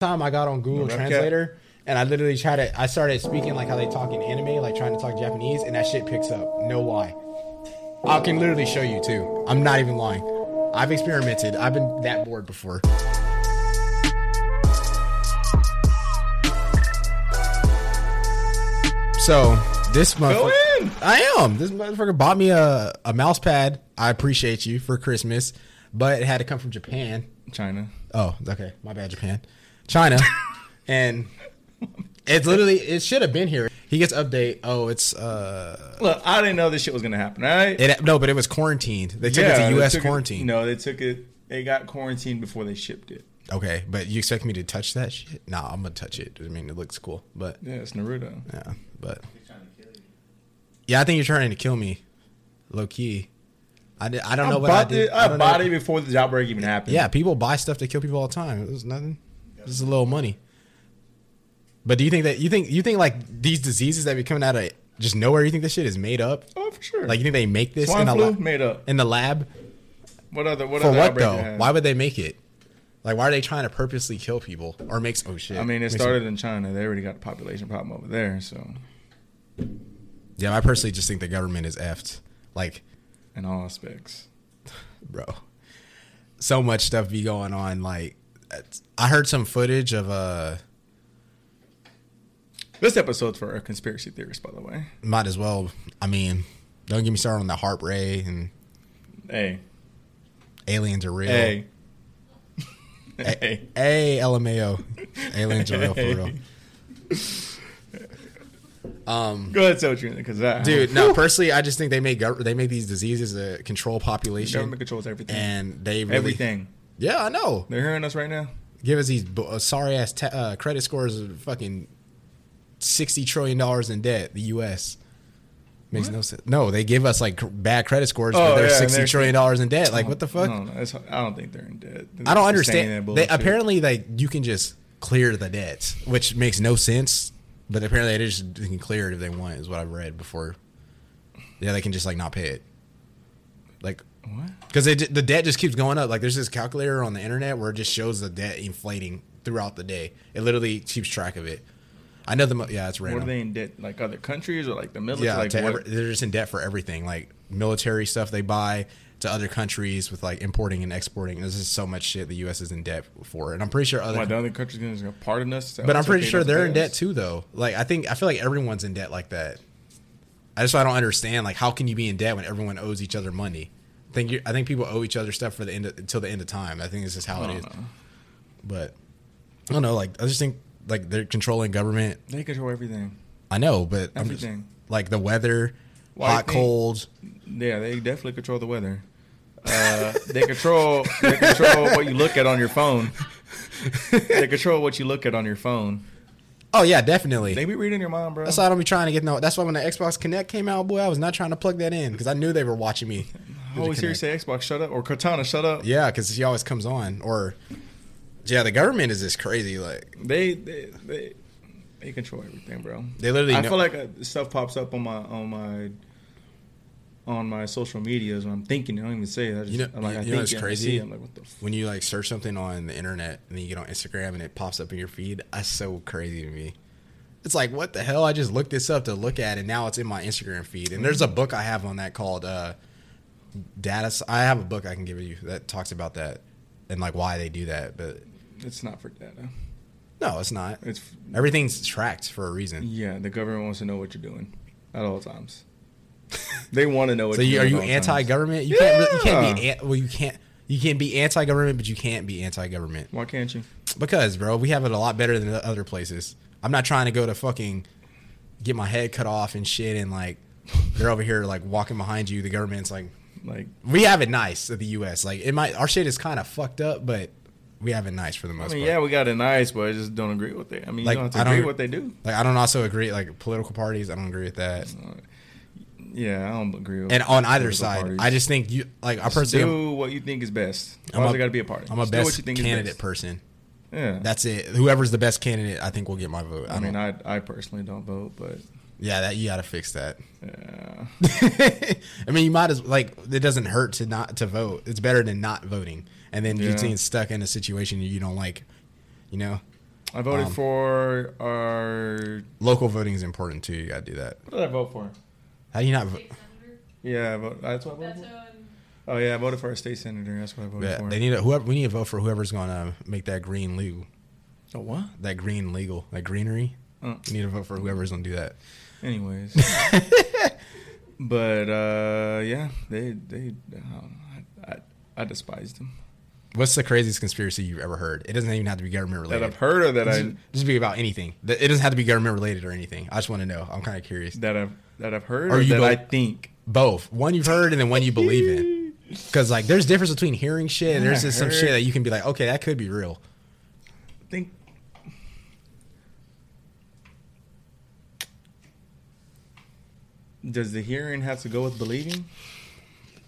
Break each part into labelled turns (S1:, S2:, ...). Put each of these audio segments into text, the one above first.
S1: time I got on Google
S2: Right,
S1: Translator and I literally tried to I started speaking like how they talk in anime, like trying to talk Japanese, and that shit picks up. No lie. I can literally show you too. I'm not even lying. I've experimented. I've been that bored before. So this motherfucker,
S2: in.
S1: I am. This motherfucker bought me a, a mouse pad. I appreciate you for Christmas, but it had to come from Japan.
S2: China.
S1: Oh, okay. My bad, Japan. China. and it's literally it should have been here. He gets update. Oh, it's uh
S2: Look, I didn't know this shit was gonna happen. All right.
S1: it no, but it was quarantined. They took it
S2: they
S1: to US
S2: took
S1: quarantine.
S2: It, no, they took it. They got quarantined before they shipped it.
S1: Okay, but you expect me to touch that shit? Nah, I'm gonna touch it. I mean, it looks cool, but
S2: Yeah, it's Naruto.
S1: yeah, but yeah, I think you're trying to kill me, low key. I, did, I don't
S2: I,
S1: know what I
S2: bought
S1: did.
S2: it. I,
S1: don't know.
S2: bought it before the job break even happened.
S1: Yeah, people buy stuff to kill people all the time. It was nothing. It was a little money. But do you think that you think you think like these diseases that be coming out of just nowhere? You think this shit is made up?
S2: Oh, for sure.
S1: Like you think they make this in
S2: swine
S1: a
S2: flu
S1: lab?
S2: made up.
S1: In the lab
S2: What other? What
S1: for
S2: other
S1: what
S2: outbreak
S1: though?
S2: they had?
S1: Why would they make it? Like why are they trying to purposely kill people or makes oh shit?
S2: I mean, it
S1: Makes-
S2: started in China. They already got a population problem over there. So,
S1: Yeah, I personally just think the government is effed. Like,
S2: in all aspects,
S1: bro, so much stuff be going on. Like, it's- I heard some footage of uh
S2: this episode's for our conspiracy theorists, by the way.
S1: might as well. I mean, don't get me started on the harp ray and
S2: Hey,
S1: aliens are real.
S2: hey, hey.
S1: Hey, LMAO. Aliens are real for real.
S2: Go ahead, Sojourner, because that
S1: Um, Dude, no, personally, I just think they make gov- they make these diseases a control population,
S2: government controls everything.
S1: and they really,
S2: everything.
S1: Yeah, I know.
S2: They're hearing us right now.
S1: Give us these bu- uh, sorry ass ta- uh, credit scores of fucking sixty trillion dollars in debt. The U.S. makes no sense. No, they give us like cr- bad credit scores,
S2: Oh,
S1: but they're
S2: yeah, and
S1: sixty
S2: they're-
S1: trillion dollars in debt. Like, what the fuck?
S2: No, no, it's, I don't think they're in debt.
S1: I don't
S2: They're saying
S1: understand.
S2: that
S1: They,
S2: bullshit.
S1: apparently, like you can just clear the debts, which makes no sense. But apparently, they just they can clear it if they want, is what I've read before. Yeah, they can just like not pay it, like
S2: What?
S1: because the debt just keeps going up. Like there's this calculator on the internet where it just shows the debt inflating throughout the day. It literally keeps track of it. I know the mo- yeah, it's
S2: What
S1: random.
S2: are they in debt? Like other countries or like the military?
S1: yeah,
S2: like
S1: to
S2: what?
S1: every, they're just in debt for everything, like military stuff they buy to other countries with like importing and exporting. There's just so much shit the U.S. is in debt for, and I'm pretty sure other
S2: Why the other countries going to pardon us?
S1: But I'm pretty sure they're in debt too, though. Like I think I feel like everyone's in debt like that. I just I don't understand like how can you be in debt when everyone owes each other money? I think you I think people owe each other stuff for the end of, until the end of time. I think this is how it
S2: don't
S1: is.
S2: know.
S1: But I don't know. Like I just think like they're controlling government.
S2: They control everything.
S1: I know, but I'm just-
S2: Everything.
S1: like the weather,
S2: Well, I
S1: hot,
S2: think-
S1: cold.
S2: Yeah, they definitely control the weather. Uh, they control they control what you look at on your phone. They control what you look at on your phone.
S1: Oh yeah, definitely.
S2: They be reading your mind, bro.
S1: that's why I don't be trying to get no. That's why when the Xbox Connect came out, boy, I was not trying to plug that in because I knew they were watching me.
S2: I always hear you say Oh, Xbox, shut up, or Cortana, shut up.
S1: Yeah, because she always comes on. Or yeah, the government is just crazy. Like
S2: They they they, they control everything, bro.
S1: they literally.
S2: I
S1: know-
S2: feel like uh, stuff pops up on my on my on my social medias when I'm thinking. I don't even say it. I just,
S1: You know-
S2: I'm like, I
S1: you know
S2: think
S1: what's
S2: it, I
S1: crazy?
S2: see it. I'm like, what the? F-?
S1: when you like search something on the internet and then you get on Instagram and it pops up in your feed. That's so crazy to me. It's like what the hell? I just looked this up to look at, and now it's in my Instagram feed. And
S2: Mm-hmm.
S1: there's a book I have on that called uh, Data. Sci- I have a book I can give you that talks about that and like why they do that. But
S2: It's not for data.
S1: no, it's not.
S2: It's
S1: Everything's tracked for a reason.
S2: yeah. The government wants to know what you're doing at all times. They want to know. What
S1: So you,
S2: you're
S1: are
S2: doing
S1: you
S2: at all times.
S1: anti-government? You can't really, you can't be
S2: Yeah.
S1: an, well you can't you can be anti-government, but you can't be anti-government
S2: Why can't you?
S1: because bro, we have it a lot better than the other places. I'm not trying to go to fucking get my head cut off and shit, and like they're over here like walking behind you. The government's like,
S2: Like
S1: we have it nice at the U.S. Like it might our shit is kind of fucked up, but we have it nice for the
S2: I
S1: most
S2: mean,
S1: part.
S2: yeah, we got it nice, but I just don't agree with it. I mean,
S1: Like,
S2: you don't
S1: I
S2: have to
S1: don't-
S2: agree with what they do.
S1: Like I don't also agree like political parties. I don't agree with that.
S2: Yeah, I don't agree with.
S1: And on either
S2: political
S1: side,
S2: parties.
S1: I just think you like I
S2: Just
S1: personally. I'm-
S2: do what you think is best.
S1: I'm a-
S2: Why does it got to be a party?
S1: I'm a
S2: Just do
S1: best
S2: is
S1: candidate
S2: best.
S1: person.
S2: Yeah,
S1: That's it. Whoever's the best candidate, I think will get my vote. I,
S2: I mean,
S1: mean,
S2: I I personally don't vote, but
S1: yeah, that you got to fix that.
S2: yeah.
S1: I mean, you might as like it doesn't hurt to not to vote. It's better than not voting, and then
S2: Yeah.
S1: you're being stuck in a situation you don't like. You know,
S2: I voted
S1: Um,
S2: for our.
S1: Local voting is important too. You got to do that.
S2: What did I vote for?
S1: How do you not? Vo-
S3: State senator?
S2: Yeah, I vote, that's what I voted
S3: That's
S2: for.
S3: on
S2: Oh yeah, I voted for a state senator. That's what I voted
S1: yeah,
S2: for.
S1: they need to, whoever. We need to vote for whoever's going to make that green legal.
S2: a what?
S1: That green legal. That greenery.
S2: Oh.
S1: We need to vote for whoever's going to do that.
S2: Anyways, but uh, yeah, they they um, I, I, I despised them.
S1: What's the craziest conspiracy you've ever heard? It doesn't even have to be government
S2: That
S1: related.
S2: I've heard of that I
S1: Just, just be about anything. Th- It doesn't have to be government related or anything. I just want to know. I'm kind of curious.
S2: that I've that I've heard
S1: Or
S2: or
S1: you
S2: that
S1: go-
S2: I think.
S1: Both one you've heard and then one you believe in. Because like, there's difference between hearing shit. and
S2: Yeah,
S1: there's
S2: I
S1: just some
S2: heard-
S1: shit that you can be like, okay, that could be real.
S2: think does the hearing have to go with believing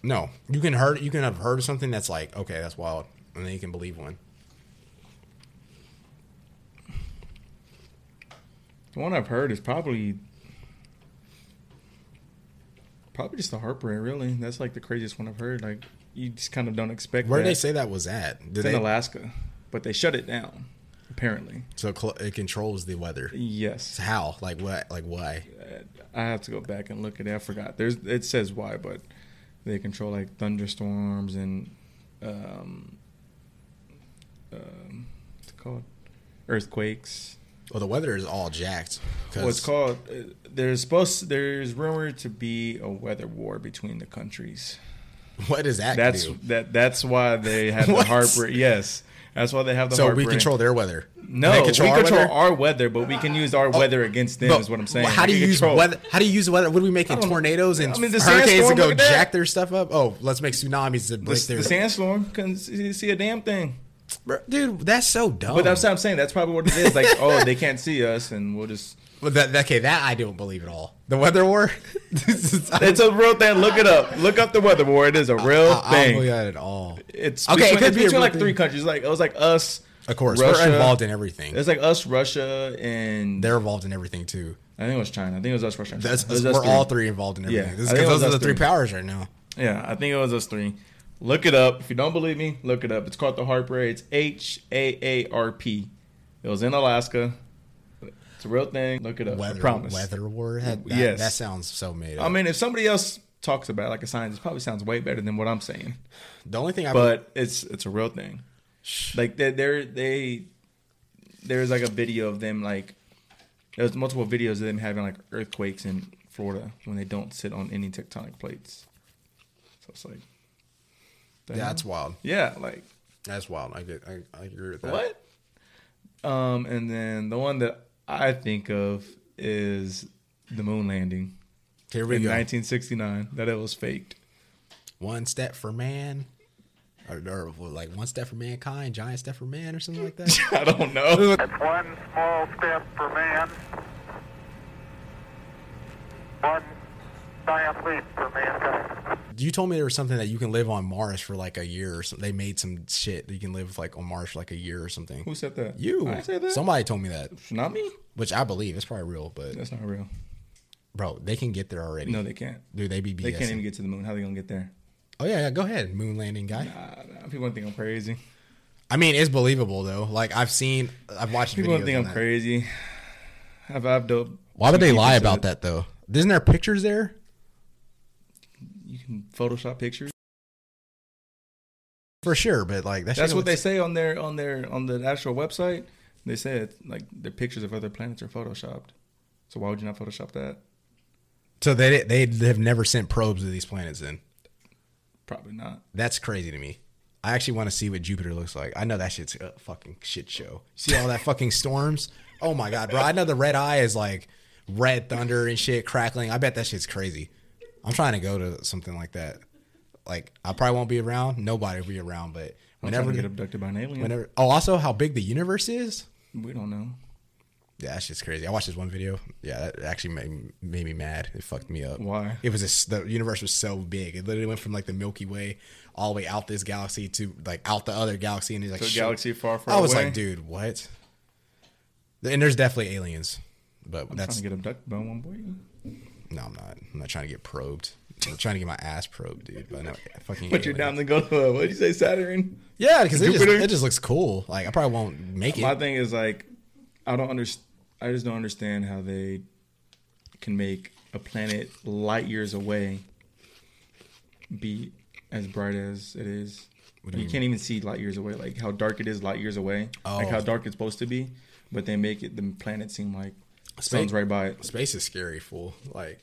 S1: No, you can heard. You can have heard of something that's like, okay, that's wild, and then you can believe one.
S2: the one i've heard is probably probably just the harper really that's like the craziest one i've heard like you just kind of don't expect
S1: Where
S2: that.
S1: did they say that was at? Did
S2: it's in
S1: they,
S2: alaska but they shut it down apparently
S1: so cl- it controls the weather.
S2: yes
S1: How? Like what? Like why?
S2: i have to go back and look at it i forgot there's it says why but they control like thunderstorms and um, um what's it called earthquakes
S1: Well, the weather is all jacked. 'cause-
S2: well, it's called uh, there's supposed there's rumored to be a weather war between the countries
S1: What does that
S2: that's
S1: do?
S2: that that's why they have the
S1: What?
S2: harbor yes that's why they have the
S1: So
S2: harbor
S1: we control their weather.
S2: no
S1: They
S2: we
S1: our
S2: control
S1: weather? Oh.
S2: our weather but we can use our weather against them
S1: But
S2: is what i'm saying
S1: How do
S2: We
S1: you
S2: can
S1: use
S2: control-
S1: weather? How do you use weather? What are we making?
S2: don't know.
S1: Tornadoes and
S2: I mean, the
S1: hurricanes to
S2: sandstorm,
S1: go
S2: look at that.
S1: jack their stuff up? Oh, let's make tsunamis to
S2: the,
S1: break their.
S2: the sandstorm couldn't see, see a damn thing
S1: Bruh, Dude, that's so dumb.
S2: but that's what i'm saying that's probably what it is like oh they can't see us and we'll just
S1: But that, okay, that I don't believe at all. The weather war? This is- I don't-
S2: it's a real thing look it up look up the weather war it is a real
S1: I, I don't
S2: thing
S1: believe that at all.
S2: it's
S1: Okay, it
S2: between,
S1: could
S2: it's
S1: be a
S2: between
S1: real
S2: like
S1: thing.
S2: three countries like it was like us
S1: Of course,
S2: Russia-
S1: we're involved in everything.
S2: It's like us, Russia, and
S1: They're involved in everything too.
S2: I think it was China. I think it was us, Russia. and
S1: That's,
S2: China. It was us
S1: we're all three involved in everything.
S2: Yeah,
S1: This is
S2: I think it
S1: because
S2: was
S1: those are
S2: us
S1: the three
S2: three.
S1: powers right now.
S2: Yeah, I think it was us three. Look it up. If you don't believe me, look it up. It's called the Harper. It's H A A R P. It was in Alaska. It's a real thing. Look it up. I
S1: Weather,
S2: promise.
S1: weather war. That, that,
S2: Yes.
S1: that sounds so made up.
S2: I mean, if somebody else talks about it like a scientist, it probably sounds way better than what I'm saying.
S1: the only thing I
S2: But it's it's a real thing. Like they they're, they there's like a video of them like there's multiple videos of them having like earthquakes in Florida when they don't sit on any tectonic plates. So it's like the hell?
S1: that's wild.
S2: yeah, like
S1: That's wild. I get. I, I agree with that.
S2: what? Um, and then the one that I think of is the moon landing
S1: Here we
S2: in
S1: go.
S2: 1969 that it was faked.
S1: One step for man, or, or like one step for mankind, giant step for man, or something like that.
S2: I don't know.
S4: That's one small step for man, one giant leap for mankind.
S1: you told me there was something that you can live on Mars for like a year or something. They made some shit that you can live like on Mars for like a year or something.
S2: Who said that?
S1: you?
S2: I said that.
S1: Somebody told me that,
S2: Not me.
S1: which I believe. It's probably real, but
S2: That's not real.
S1: bro, they can get there already.
S2: No, they can't.
S1: Dude, they be BS.
S2: They can't even get to the moon. How they gonna get there?
S1: oh yeah, yeah, go ahead, moon landing guy.
S2: Uh, people gonna think I'm crazy.
S1: I mean, it's believable though. Like I've seen, I've watched
S2: People
S1: videos
S2: gonna think
S1: on
S2: I'm
S1: that.
S2: crazy. I've I've doped.
S1: Why would they lie
S2: people said
S1: about that though? Isn't there pictures there?
S2: You can Photoshop pictures.
S1: For sure, but like that
S2: That's
S1: shit
S2: what they
S1: looks-
S2: say on their on their on the actual website. They said like the pictures of other planets are photoshopped. So why would you not Photoshop that?
S1: So they they have never sent probes to these planets. Then
S2: Probably not.
S1: that's crazy to me. I actually want to see what Jupiter looks like. I know that shit's a fucking shit show. See all that fucking storms? Oh my god, bro! I know the red eye is like red thunder and shit crackling. I bet that shit's crazy. I'm trying to go to something like that. Like I probably won't be around. Nobody will be around. But
S2: I'm trying
S1: whenever,
S2: to get abducted by an alien.
S1: whenever. Oh, also how big the universe is.
S2: We don't know.
S1: Yeah, that's just crazy. I watched this one video. Yeah, that actually made, made me mad. It fucked me up.
S2: Why?
S1: It was just the universe was so big. It literally went from like the Milky Way all the way out this galaxy to like out the other galaxy, and it's like
S2: To a
S1: shit.
S2: galaxy far, far
S1: I was
S2: away?
S1: like, dude, what? And there's definitely aliens, but
S2: I'm
S1: that's
S2: trying to get abducted by one boy.
S1: no, I'm not. I'm not trying to get probed. I'm trying to get my ass probed, dude. But no, fucking.
S2: But you're
S1: aliens.
S2: down to go to uh, what did you say Saturn?
S1: Yeah, because it just,
S2: Jupiter?
S1: it just looks cool. Like I probably won't make it.
S2: My thing is like I don't understand. I just don't understand how they can make a planet light years away be as bright as it is.
S1: What do
S2: you
S1: you
S2: can't even see light years away, like how dark it is light years away, like
S1: Oh.
S2: how dark it's supposed to be. But they make it the planet seem like
S1: Space-
S2: sun's right by it.
S1: Space is scary, fool. Like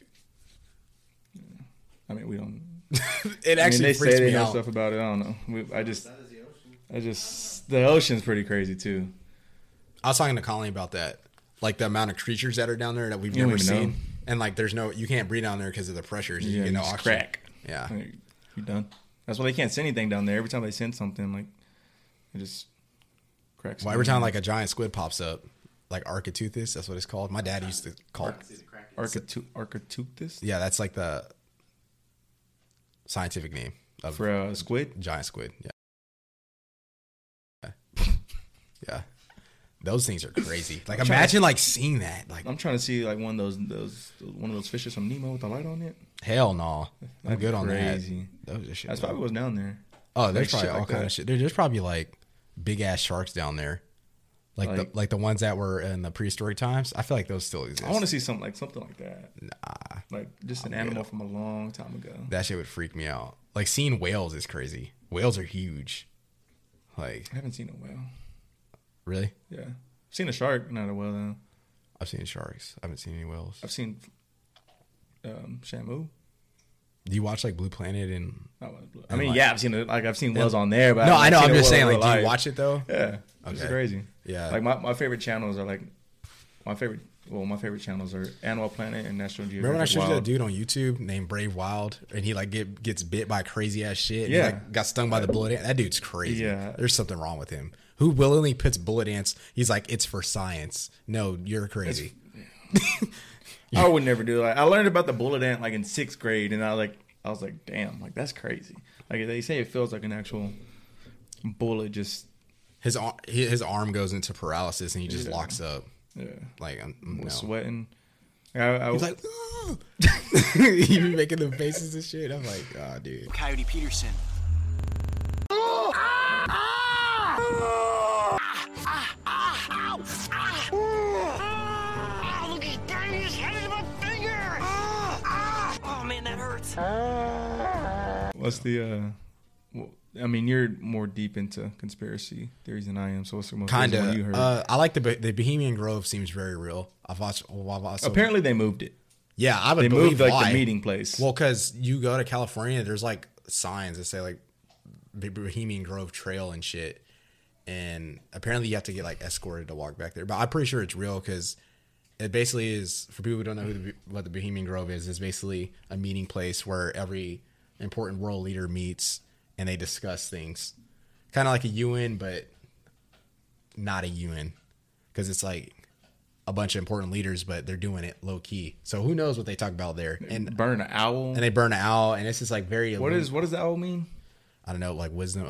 S2: I mean, we don't.
S1: it
S2: I mean,
S1: actually
S2: they
S1: freaks
S2: say they
S1: me
S2: know
S1: out.
S2: stuff about it. I don't know. We, I just, I just the ocean's pretty crazy too.
S1: I was talking to Colleen about that, like the amount of creatures that are down there that we've
S2: You don't
S1: never
S2: even
S1: seen,
S2: know.
S1: and like there's no you can't breathe down there because of the pressures. and you
S2: Yeah,
S1: get
S2: you
S1: no
S2: just
S1: oxygen.
S2: crack.
S1: Yeah,
S2: Like, you're done. That's why they can't send anything down there. Every time they send something, like it just cracks.
S1: Well, every time like a giant squid pops up, like Architeuthis, that's what it's called. My dad used to call. It,
S2: Architu- Architeuctus
S1: yeah, that's like the scientific name of
S2: for a squid.
S1: giant squid. Yeah, yeah, those things are crazy. Like
S2: I'm trying to-
S1: imagine like seeing that. Like
S2: I'm trying to see like one of those those one of those fishes from Nemo with the light on it.
S1: hell no, I'm
S2: That'd be
S1: good on
S2: crazy.
S1: that. Those are shit.
S2: That's probably what's down there.
S1: Oh, there's
S2: Like,
S1: probably
S2: shit
S1: all
S2: like
S1: kind
S2: that.
S1: of shit. Dude, there's probably like big ass sharks down there, like,
S2: Like-
S1: the like the ones that were in the prehistoric times. I feel like those still exist.
S2: I want to see something like something like that.
S1: Nah,
S2: Like just an
S1: I'm
S2: animal from a long time ago.
S1: that shit would freak me out. Like seeing whales is crazy. Whales are huge. Like
S2: I haven't seen a whale.
S1: really,
S2: Yeah, I've seen a shark, not a whale though.
S1: I've seen sharks. I haven't seen any whales.
S2: I've seen um, Shamu.
S1: Do you watch like Blue Planet and?
S2: I I mean,
S1: like-
S2: yeah, I've seen it. Like I've seen whales on there, but
S1: No,
S2: I've
S1: I know.
S2: seen
S1: I'm
S2: a
S1: just
S2: whale in
S1: saying. Like,
S2: real
S1: do you
S2: life.
S1: watch it though?
S2: Yeah, it's
S1: Okay.
S2: crazy.
S1: Yeah.
S2: like my, my favorite channels are like my favorite. Well, my favorite channels are Animal Planet and National Geographic.
S1: Remember when I showed you that
S2: Wild.
S1: dude on YouTube named Brave Wild, and he like get, gets bit by crazy ass shit. and he,
S2: Yeah.
S1: like, got stung by the bullet ant. That dude's crazy.
S2: Yeah.
S1: there's something wrong with him. Who willingly puts bullet ants? He's like, it's for science. No, you're crazy.
S2: I would never do that. I learned about the bullet ant like in sixth grade, and I was like, I was like, damn, like that's crazy. Like they say, it feels like an actual bullet. Just
S1: His ar- his his arm goes into paralysis, and he just
S2: Yeah.
S1: locks up.
S2: yeah,
S1: Like I'm, I'm-
S2: was
S1: no.
S2: sweating. I, I
S1: He's
S2: was
S1: like, "Ah!" he be making the faces and shit. I'm like, oh, dude.
S3: Coyote Peterson.
S5: Oh, look, he's banging his head into my finger!
S3: Oh man, that hurts.
S2: What's the? uh well, I mean, you're more deep into conspiracy theories than I am. So what's the most
S1: Kind
S2: recent one you
S1: of.
S2: heard?
S1: Uh, I like the Bo- the Bohemian Grove. Seems very real. I've watched. Well, I've also,
S2: Apparently, they moved it.
S1: yeah, I would
S2: They
S1: believe
S2: moved like
S1: why.
S2: the meeting place.
S1: Well, because you go to California, there's like signs that say like B- Bohemian Grove Trail and shit, and apparently you have to get like escorted to walk back there. But I'm pretty sure it's real because it basically is for people who don't know who the, Bo- what the Bohemian Grove is. It's basically a meeting place where every important world leader meets and they discuss things, kind of like a UN, but not a UN because it's like. A bunch of important leaders, but they're doing it low key. So who knows what they talk about there? And
S2: burn an owl.
S1: and they burn an owl, and it's just like very.
S2: what
S1: elite-
S2: is what does owl mean?
S1: I don't know, like wisdom.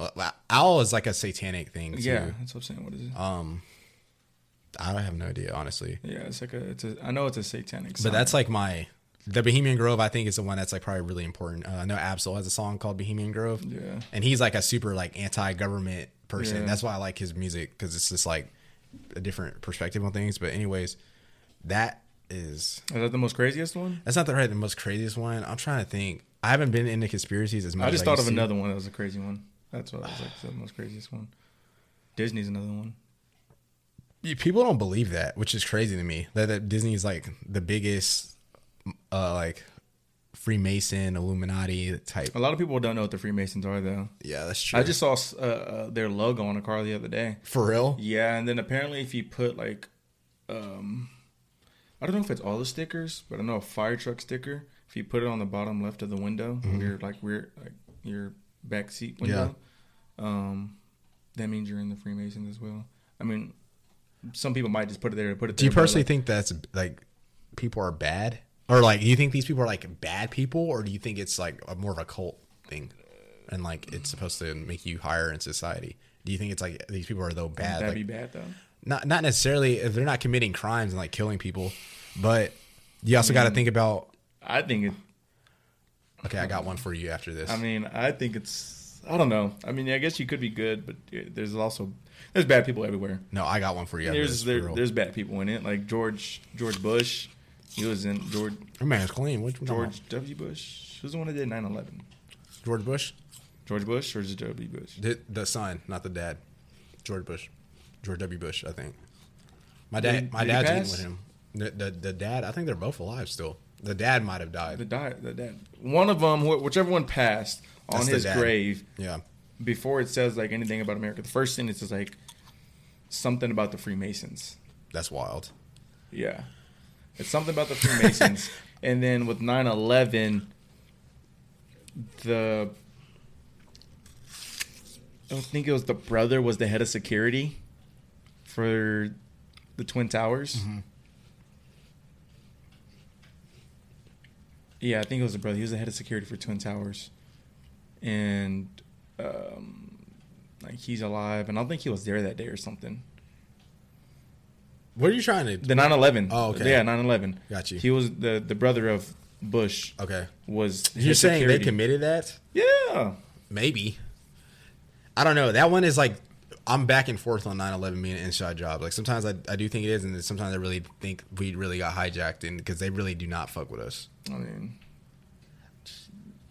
S1: Owl is like a satanic thing. Too.
S2: Yeah, that's what I'm saying. What is it?
S1: Um, I don't have no idea, honestly.
S2: yeah, it's like a. It's a. I know it's a satanic.
S1: But that's like my the Bohemian Grove. I think is the one that's like probably really important. Uh, I know Absol has a song called Bohemian Grove.
S2: Yeah.
S1: and he's like a super like anti-government person.
S2: Yeah.
S1: That's why I like his music because it's just like a different perspective on things. But anyways, that is
S2: Is that the most craziest one?
S1: that's not the right the most craziest one. I'm trying to think. I haven't been into conspiracies as much.
S2: I just
S1: as
S2: thought of
S1: used to.
S2: another one that was a crazy one. That's what I was like the most craziest one. Disney's another one.
S1: Yeah, people don't believe that, which is crazy to me. That, that Disney is like the biggest, uh, like Freemason, Illuminati type.
S2: A lot of people don't know what the Freemasons are though.
S1: Yeah, that's true.
S2: I just saw uh, uh, their logo on a car the other day.
S1: for real.
S2: Yeah, and then apparently if you put like, um, I don't know if it's all the stickers, but I know a fire truck sticker. If you put it on the bottom left of the window,
S1: Mm-hmm.
S2: your like rear like your back seat window, um, that means you're in the Freemasons as well. I mean, some people might just put it there to put it.
S1: Do you personally think that's like people are bad, or like do you think these people are like bad people, or do you think it's like a, more of a cult thing, and like it's supposed to make you higher in society? Do you think it's like these people are though bad?
S2: that'd
S1: like-
S2: be bad though?
S1: not not necessarily if they're not committing crimes and like killing people, but you also got to think about
S2: I think it.
S1: Okay, I got one for you after this.
S2: I mean, I think it's. I don't know. I mean, I guess you could be good, but yeah, there's also there's bad people everywhere.
S1: No, I got one for you. after this,
S2: There's
S1: for
S2: there,
S1: real.
S2: there's bad people in it. Like George George Bush, he was in George
S1: Your man's clean. Which one?
S2: George W. Bush. Who's the one that did 9/11?
S1: George Bush.
S2: George Bush or is it W. Bush?
S1: The, the son, not the dad. George Bush, George W. Bush, I think. My dad,
S2: Did-
S1: my
S2: did he
S1: dad's in
S2: pass?
S1: with him. The, the the dad, I think they're both alive still. The dad might have died.
S2: The diet, the dad. One of them, wh- whichever one passed on
S1: That's the
S2: his
S1: dad.
S2: grave.
S1: Yeah,
S2: Before it says like anything about America, the first sentence is like something about the Freemasons.
S1: that's wild.
S2: Yeah. It's something about the Freemasons. and then with 9 11, the. I don't think it was the brother was the head of security for the Twin Towers. Yeah, I think it was the brother. He was the head of security for Twin Towers. And um, like he's alive. And I don't think he was there that day or something.
S1: What are you trying to?
S2: The 9/11.
S1: Oh, okay.
S2: Yeah, 9/11.
S1: Got you.
S2: He was the the brother of Bush.
S1: okay,
S2: Was
S1: you're
S2: his
S1: saying
S2: security.
S1: they committed that?
S2: Yeah.
S1: Maybe. I don't know. That one is like I'm back and forth on 9/11 being an inside job. Like sometimes I, I do think it is, and then sometimes I really think we really got hijacked, and because they really do not fuck with us.
S2: I
S1: There's-
S2: mean.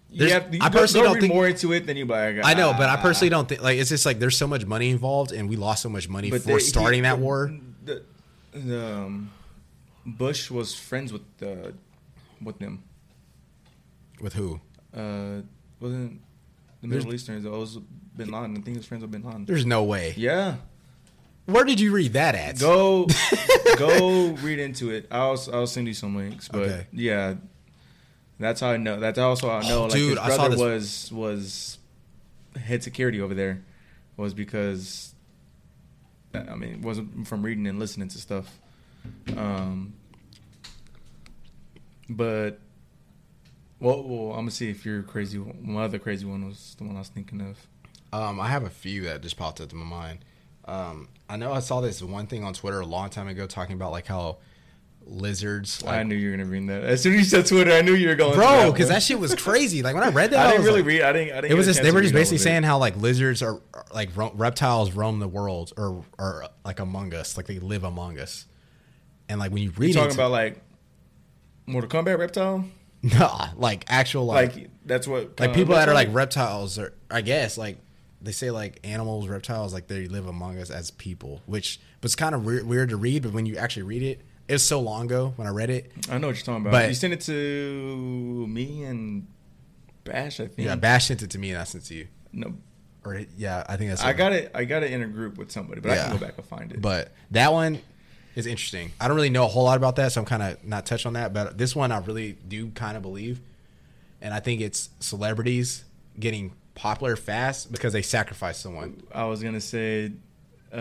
S2: You have, you
S1: I personally
S2: I personally
S1: don't
S2: read
S1: think-
S2: more into it than you buy.
S1: I know,
S2: Ah.
S1: but I personally don't think like it's just like there's so much money involved, and we lost so much money for
S2: they- he-
S1: starting that
S2: the-
S1: war.
S2: The, the, um, Bush was friends with the with them.
S1: With who?
S2: Uh, wasn't the Middle Easterners? It was Bin Laden. I think he was friends with Bin Laden.
S1: There's no way.
S2: Yeah.
S1: Where did you read that at?
S2: go go read into it. I'll I'll send you some links, but
S1: Okay.
S2: yeah, that's how I know. That's also how I know.
S1: Oh,
S2: like
S1: dude,
S2: his
S1: I saw
S2: brother
S1: this-
S2: was was head security over there was because I mean it wasn't from reading and listening to stuff, um, but. Well, well, I'm gonna see if your crazy one, my other crazy one was the one I was thinking of.
S1: Um, I have a few that just popped up in my mind. Um, I know I saw this one thing on Twitter a long time ago talking about like how lizards. Like,
S2: I knew you were gonna read that. As soon as you said Twitter, I knew you were going. to
S1: bro, because
S2: one.
S1: that shit was crazy. Like when I read that,
S2: I,
S1: I,
S2: didn't
S1: was
S2: really
S1: like-
S2: read. I didn't. I didn't
S1: It
S2: get
S1: was
S2: a
S1: just
S2: chance
S1: they
S2: to
S1: were just
S2: read all
S1: basically
S2: of it.
S1: saying how like lizards are, are like ro- reptiles roam the world or are like among us, like they live among us. And like when you read
S2: You talking
S1: into-
S2: about like Mortal Kombat reptile.
S1: nah, like actual like
S2: Like that's what
S1: like
S2: uh,
S1: people that are like
S2: reptile-
S1: reptiles or i guess like they say like animals reptiles like they live among us as people which was kind of weird, weird to read but when you actually read it it was so long ago when i read it
S2: I know what you're talking about.
S1: but-
S2: you sent it to me and Bash. I think.
S1: yeah bash sent it to me and i sent it to you
S2: No,
S1: or it- yeah i think that's
S2: I
S1: it.
S2: got it. I got it in a group with somebody, but I
S1: Yeah.
S2: can go back and find it.
S1: but that one is interesting i don't really know a whole lot about that so i'm kind of not touched on that but this one i really do kind of believe and i think it's celebrities getting popular fast because they sacrifice someone
S2: I was gonna say uh,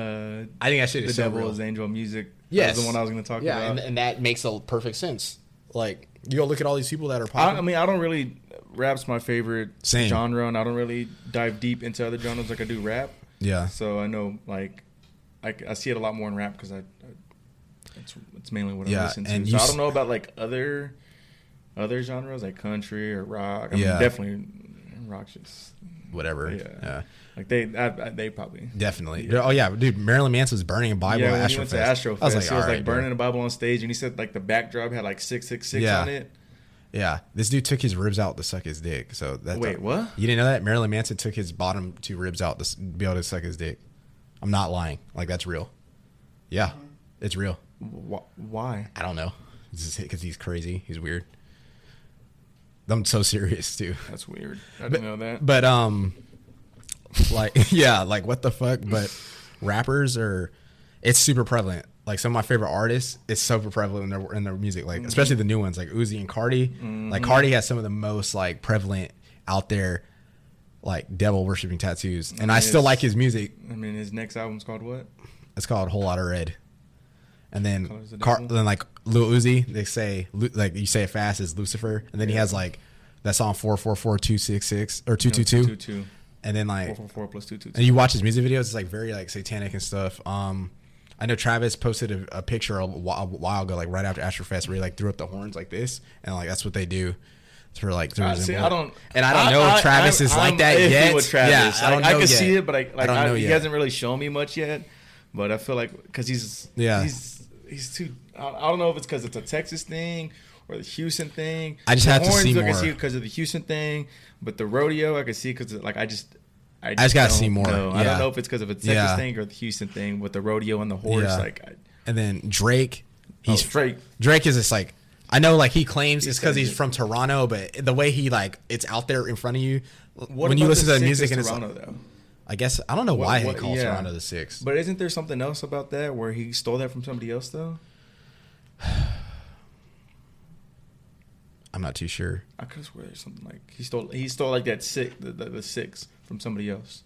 S1: i think that shit
S2: the
S1: is so
S2: devil
S1: real.
S2: is angel music. Yeah,
S1: Yes.
S2: was the one I was gonna talk
S1: yeah,
S2: about.
S1: and, and that makes a perfect sense. Like you go look at all these people that are
S2: I,
S1: popular.
S2: I mean, I don't really rap's my favorite
S1: Same.
S2: genre, and I don't really dive deep into other genres like I do rap.
S1: yeah,
S2: So I know like I, I see it a lot more in rap because I, I it's, it's mainly what
S1: Yeah,
S2: I listen to.
S1: and you
S2: so I
S1: s-
S2: don't know about like other other genres like country or rock. I
S1: Yeah.
S2: mean, definitely rock's just
S1: whatever.
S2: yeah.
S1: Yeah,
S2: Like they I, I, they probably
S1: definitely. Oh yeah, dude, Marilyn Manson was burning a Bible
S2: yeah.
S1: at
S2: When he
S1: Astro
S2: went to
S1: Fest.
S2: Astrofest,
S1: I was like,
S2: he
S1: all
S2: was
S1: right,
S2: like burning a Bible on stage, and he said like the backdrop had like six six six
S1: Yeah.
S2: on it.
S1: dude. Yeah, this dude took his ribs out to suck his dick. So that's
S2: Wait, what?
S1: You didn't know that Marilyn Manson took his bottom two ribs out to s- be able to suck his dick. I'm not lying. Like that's real. Yeah, it's real.
S2: Wh- Why?
S1: I don't know. Because he's crazy. He's weird. I'm so serious too.
S2: That's weird. I didn't know that.
S1: but um like yeah like what the fuck but rappers are it's super prevalent like some of my favorite artists it's super prevalent in their in their music
S2: Mm-hmm.
S1: like especially the new ones like Uzi and Cardi like Cardi has some of the most like prevalent out there like devil worshiping tattoos and I still
S2: Yes.
S1: like his music
S2: I mean, his next album's called what?
S1: it's called Whole Lotta Red. And then,
S2: Colours of
S1: Car-
S2: Devil?
S1: then like Lil Uzi, they say Lu- like you say it fast is Lucifer, and then he has like that song four four four two six six or two two
S2: Two
S1: two,
S2: two.
S1: and then like
S2: Four four four plus two two two.
S1: and you watch his music videos it's like very like satanic and stuff um i know travis posted a, a picture a, wh- a while ago like right after Asher Fest, where he like threw up the horns like this and like that's what they do for like three
S2: Uh,
S1: reasons.
S2: see,
S1: why.
S2: I don't,
S1: and I don't know if Travis
S2: I'm-
S1: is like
S2: I'm
S1: that
S2: iffy
S1: yet.
S2: With Travis.
S1: Yeah, I don't
S2: like,
S1: know
S2: I can
S1: yet.
S2: see it, but I,
S1: I
S2: like,
S1: don't
S2: I
S1: know
S2: he
S1: yet.
S2: hasn't really shown me much yet. But I feel like because he's
S1: Yeah.
S2: he's he's too. I, I don't know if it's because it's a Texas thing or the Houston thing.
S1: I just
S2: the
S1: have to see
S2: I can
S1: more.
S2: see because of the Houston thing, but the rodeo I can see because like I just. I just,
S1: gotta
S2: don't
S1: see more,
S2: know. I
S1: yeah.
S2: don't know if it's because of a Texas
S1: Yeah.
S2: thing or the Houston thing with the rodeo and the horse.
S1: Yeah.
S2: Like, I,
S1: And then Drake, he's
S2: oh, Drake.
S1: Drake is just like I know like he claims it's because
S2: said
S1: he's
S2: it.
S1: from Toronto, but the way he like it's out there in front of you
S2: What
S1: when you
S2: about
S1: listen to the
S2: Sixers
S1: music and it's
S2: Toronto,
S1: like,
S2: though?
S1: I guess I don't know
S2: What-
S1: why
S2: what-
S1: he calls
S2: yeah.
S1: Toronto the six.
S2: But isn't there something else about that where he stole that from somebody else though?
S1: I'm not too sure.
S2: I could swear there's something like he stole he stole like that six the, the, the six from somebody else.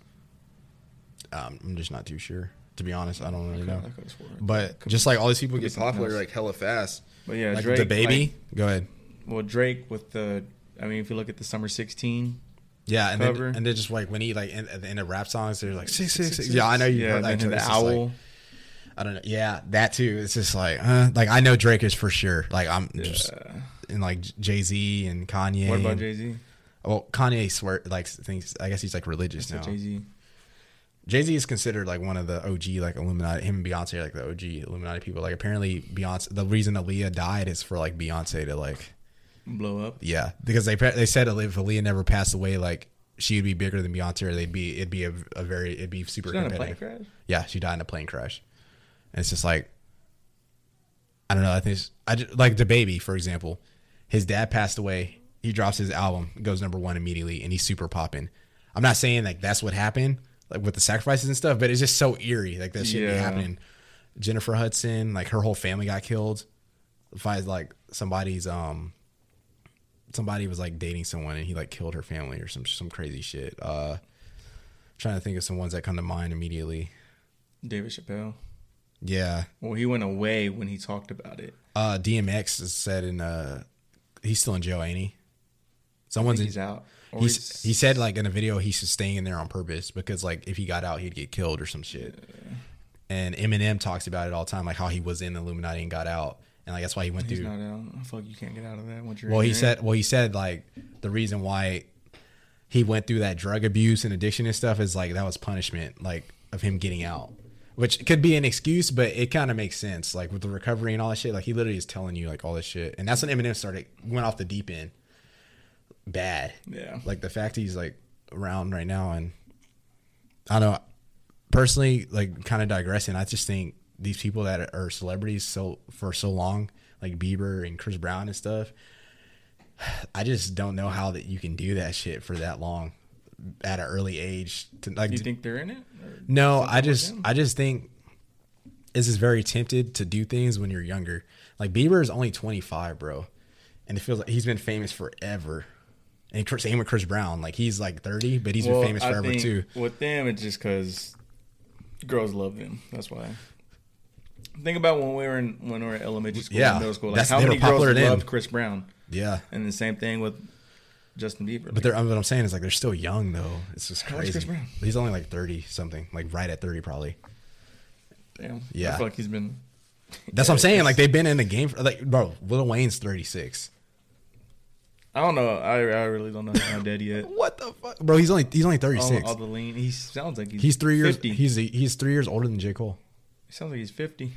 S1: Um, I'm just not too sure to be honest. I don't really
S2: Okay,
S1: know.
S2: I could've sworn.
S1: But just like all these people
S2: could be
S1: get
S2: something
S1: popular
S2: else.
S1: like hella fast.
S2: But yeah,
S1: like
S2: Drake
S1: the baby. Go ahead.
S2: like- well, Drake with the I mean, if you look at the summer sixteen,
S1: Yeah, and then,
S2: cover.
S1: and then just like when he like in, at the end of rap songs, they're like six six six.
S2: Six,
S1: Yeah, I know you
S2: yeah,
S1: heard that.
S2: and
S1: joke.
S2: then the
S1: It's just like-
S2: owl.
S1: I don't know. Yeah, that too. It's just like, uh, like I know Drake is for sure. Like I'm just
S2: Yeah.
S1: and like Jay Z and Kanye.
S2: What about
S1: and-
S2: Jay Z?
S1: Well, Kanye swear like thinks. I guess he's like religious now.
S2: Jay Z.
S1: Jay Z is considered like one of the OG like Illuminati. Him and Beyonce are like the OG Illuminati people. Like apparently Beyonce. The reason Aaliyah died is for like Beyonce to like
S2: Blow up.
S1: yeah because they they said if Aaliyah never passed away like she would be bigger than Beyonce or they'd be it'd be a, a very it'd be super
S2: She died in a
S1: competitive.
S2: plane crash?
S1: Yeah, she died in a plane crash. And it's just like I don't know. I think it's, I ju- like the baby for example. His dad passed away. He drops his album, goes number one immediately, and he's super popping. I'm not saying like that's what happened like with the sacrifices and stuff, but it's just so eerie like that shit be
S2: Yeah.
S1: happening. Jennifer Hudson, like her whole family got killed. If I like somebody's um somebody was like dating someone and he like killed her family or some some crazy shit. Uh trying to think of some ones that come to mind immediately.
S2: David Chappelle.
S1: Yeah.
S2: Well, he went away when he talked about it.
S1: Uh DMX is said in uh he's still in jail, ain't he? Someone's
S2: He's
S1: in,
S2: out. Or
S1: he's, he said like in a video he's just staying in there on purpose because like if he got out he'd get killed or some shit. And Eminem talks about it all the time, like how he was in Illuminati and got out. And like that's why he went
S2: he's
S1: through
S2: not out. Fuck, you can't get out of that once you're.
S1: Well,
S2: in
S1: he
S2: there.
S1: said. Well, he said like the reason why he went through that drug abuse and addiction and stuff is like that was punishment, like of him getting out, which could be an excuse, but it kind of makes sense, like with the recovery and all that shit. Like he literally is telling you like all this shit, and that's when Eminem started went off the deep end, bad.
S2: Yeah.
S1: Like the fact he's like around right now, and I don't know. Personally, like kind of digressing, I just think these people that are celebrities so for so long, like Bieber and Chris Brown and stuff, I just don't know how that you can do that shit for that long at an early age. To, like,
S2: You think they're in it? Or-
S1: no,
S2: something
S1: I
S2: with
S1: just
S2: him?
S1: I just think is is very tempted to do things when you're younger. Like Bieber is only 25, bro, and it feels like he's been famous forever. And Chris- same with Chris Brown, like he's like 30, but he's
S2: Well,
S1: been famous
S2: I
S1: forever
S2: think
S1: too.
S2: With them, it's just because girls love them. That's why. Think about when we were in when we were in elementary school,
S1: Yeah,
S2: and middle school. Like
S1: that's-
S2: how
S1: they were
S2: many girls
S1: popular then.
S2: loved Chris Brown,
S1: Yeah,
S2: and the same thing with Justin Bieber.
S1: but they're um, what I'm saying is like they're still young though. It's just
S2: old's Chris
S1: crazy.
S2: Brown?
S1: He's only like 30 something, like right at 30 probably.
S2: damn,
S1: yeah.
S2: I feel like he's been.
S1: That's what I'm
S2: Yeah,
S1: saying.
S2: it's-
S1: Like they've been in the game for like bro. Lil Wayne's 36.
S2: I don't know. I, I really don't know how dead yet.
S1: What the fuck, bro? He's only he's only 36.
S2: All, all the lean. He sounds like he's
S1: he's three years.
S2: 50.
S1: He's he's three years older than J Cole.
S2: he sounds like he's fifty.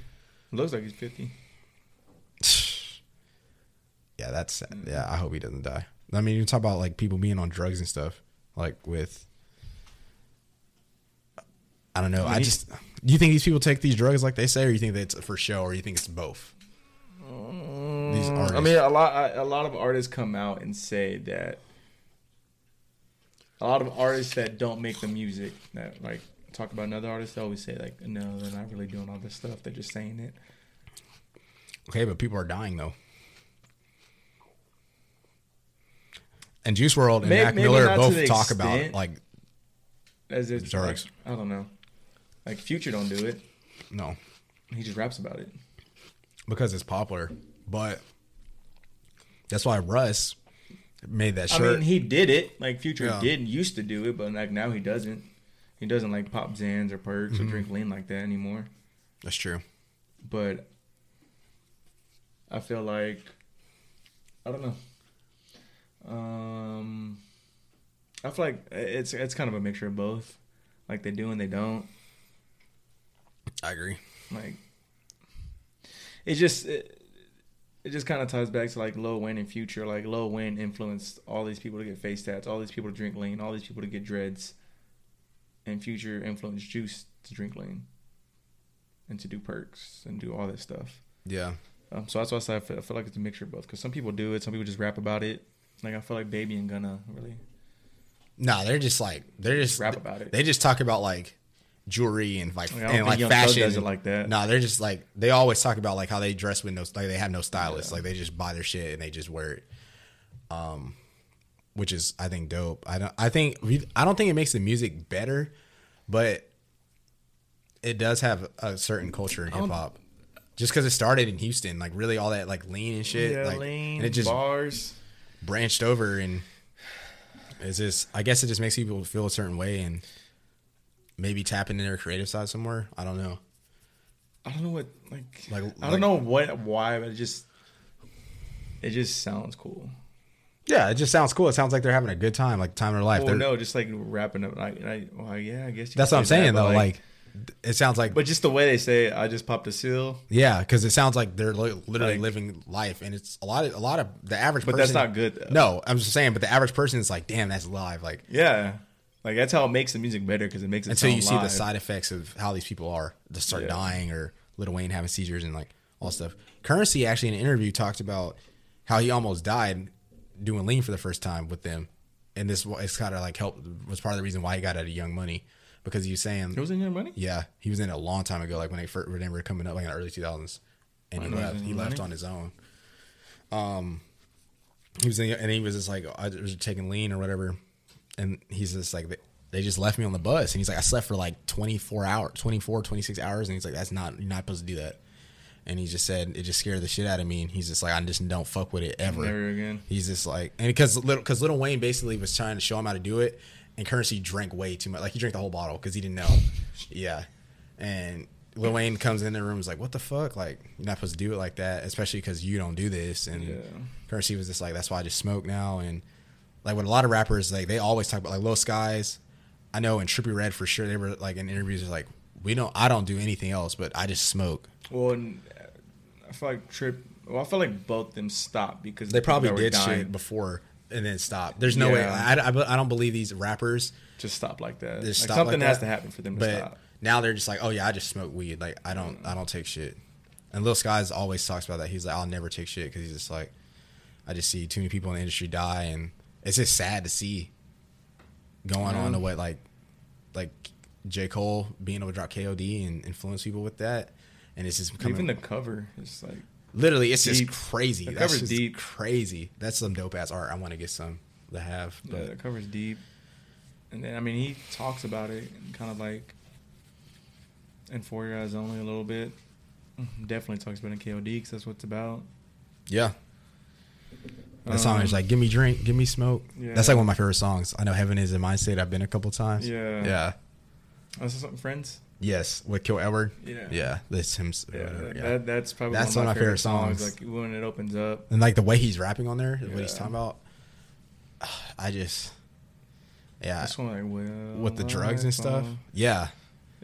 S2: Looks like he's fifty.
S1: yeah, that's sad. yeah. I hope he doesn't die. I mean, you talk about like people being on drugs and stuff, like with. I don't know. I,
S2: he-
S1: just. Do you think these people take these drugs like they say, or you think that it's for show, or you think it's both? These artists.
S2: Mm, I mean, uh, a lot I- a lot of artists come out and say that a lot of artists that don't make the music that like talk about another artist they always say like no they're not really doing all this stuff they're just saying it
S1: okay, but people are dying though. And Juice World and
S2: May-
S1: Mac
S2: maybe
S1: Miller
S2: not to
S1: both
S2: the
S1: talk about
S2: extent.
S1: like
S2: as if like,
S1: Drugs.
S2: I don't know like Future don't do it
S1: no,
S2: he just raps about it
S1: because it's popular. But that's why Russ made that
S2: I
S1: shirt.
S2: mean he did it like Future
S1: Yeah.
S2: did used to do it but like now he doesn't he doesn't like pop Zans or perks or drink lean like that anymore
S1: that's true.
S2: but I feel like I don't know. Um, I feel like it's it's kind of a mixture of both. Like they do and they don't.
S1: I agree.
S2: Like it just it, it just kind of ties back to like Lil Wayne and Future. Like Lil Wayne influenced all these people to get face tats, all these people to drink lean, all these people to get dreads, and Future influenced Juice to drink lean and to do perks and do all this stuff.
S1: Yeah.
S2: Um, so that's why I said I feel, I feel like it's a mixture of both. Because some people do it, some people just rap about it. Like I feel like Baby and Gunna really
S1: No, they're just like they're just
S2: Rap about it.
S1: They just talk about like jewelry and like
S2: Yeah, I don't
S1: and
S2: think
S1: like
S2: Young Thug
S1: fashion.
S2: does it like that.
S1: No, they're just like they always talk about like how they dress with no like they have no stylist. Like they just buy their shit and they just wear it. Um, which is I think dope. I don't I think we I don't think it makes the music better, but it does have a certain culture in hip hop. Just because it started in Houston, like really all that like lean and shit, like and it just
S2: bars.
S1: branched over and it's just I guess it just makes people feel a certain way and maybe tap into their creative side somewhere. I don't know.
S2: I don't know what like,
S1: Like-
S2: I
S1: like-
S2: don't know what why, but it just it just sounds cool.
S1: Yeah, it just sounds cool. It sounds like they're having a good time, like time of their life.
S2: Well,
S1: They're-
S2: no, just like wrapping up. Like, I, well, yeah, I guess you
S1: that's
S2: could
S1: what I'm
S2: say that,
S1: saying
S2: but,
S1: though. Like, th- it sounds like
S2: but just the way they say, it, I just popped a seal.
S1: yeah, because it sounds like they're li- literally
S2: Like-
S1: living life, and it's a lot of a lot of the average.
S2: But that's
S1: person,
S2: not good, though.
S1: No, I'm just saying. But the average person is like, damn, that's live. Like
S2: Yeah, like that's how it makes the music better because it makes it
S1: until you
S2: sound
S1: see the
S2: live.
S1: side effects of how these people are they start
S2: Yeah.
S1: dying or little wayne having seizures and like all stuff currency actually in an interview talked about how he almost died doing lean for the first time with them and this wa- it's kind of like helped was part of the reason why he got out of young money because he was saying
S2: It was in your money.
S1: yeah he was in it a long time ago like when they first when they were coming up like in the early 2000s and he
S2: Mine was
S1: left
S2: in
S1: he
S2: Young
S1: left
S2: Money.
S1: on his own um he was in, and he was just like oh, I was taking lean or whatever and he's just like they- they just left me on the bus and he's like i slept for like 24 hours 24 26 hours and he's like that's not you're not supposed to do that and he just said it just scared the shit out of me and he's just like i just don't fuck with it ever
S2: Never again.
S1: he's just like and because little because little wayne basically was trying to show him how to do it and currency drank way too much like he drank the whole bottle because he didn't know yeah and Lil Wayne comes in the room and is like, what the fuck? Like, you're not supposed to do it like that, especially because you don't do this. And
S2: Yeah.
S1: Currency was just like, that's why I just smoke now. And like with a lot of rappers, like they always talk about like Lil Skies. I know in Trippy Red for sure, they were like in interviews, like, we don't, I don't do anything else, but I just smoke.
S2: Well, and uh, I feel like Trip. Well, I feel like both them stopped because
S1: They probably
S2: were
S1: did
S2: dying.
S1: shit before and then stopped. There's no way.
S2: Yeah.
S1: I, I, I don't believe these rappers
S2: Just stop like that.
S1: just
S2: Like,
S1: stop
S2: something
S1: like
S2: has
S1: that.
S2: to happen for them to
S1: but
S2: stop.
S1: now they're just like, oh yeah, I just smoke weed. Like I don't, I don't take shit. And Lil Skies always talks about that. He's like, I'll never take shit because he's just like, I just see too many people in the industry die, and it's just sad to see going on to what like, like J Cole being able to drop KOD and influence people with that, and it's just becoming
S2: Even the cover is like
S1: literally, it's
S2: deep.
S1: just crazy.
S2: The
S1: That's
S2: cover's
S1: just
S2: deep.
S1: crazy. That's some dope ass art. I want to get some to have, but
S2: yeah, the cover's deep, and then I mean he talks about it and kind of like in For Your Eyes Only a little bit.
S1: Mm-hmm.
S2: Definitely talks about it in KOD because that's what it's about.
S1: Yeah. That song is
S2: Um,
S1: like, give me drink, give me smoke.
S2: Yeah.
S1: That's like one of my favorite songs. I know Heaven is in my state. I've been a couple times.
S2: Yeah.
S1: Yeah.
S2: Oh, is this something Friends?
S1: Yes. With Kill Edward.
S2: Yeah.
S1: Yeah. That's him. whatever,
S2: that-
S1: yeah.
S2: That, that's probably
S1: That's
S2: one of my, favorite, songs. Like when it opens up,
S1: and like the way he's rapping on there, what he's
S2: Yeah.
S1: talking about. I just, yeah.
S2: this one like well,
S1: With the
S2: my
S1: drugs and stuff.
S2: phone.
S1: Yeah.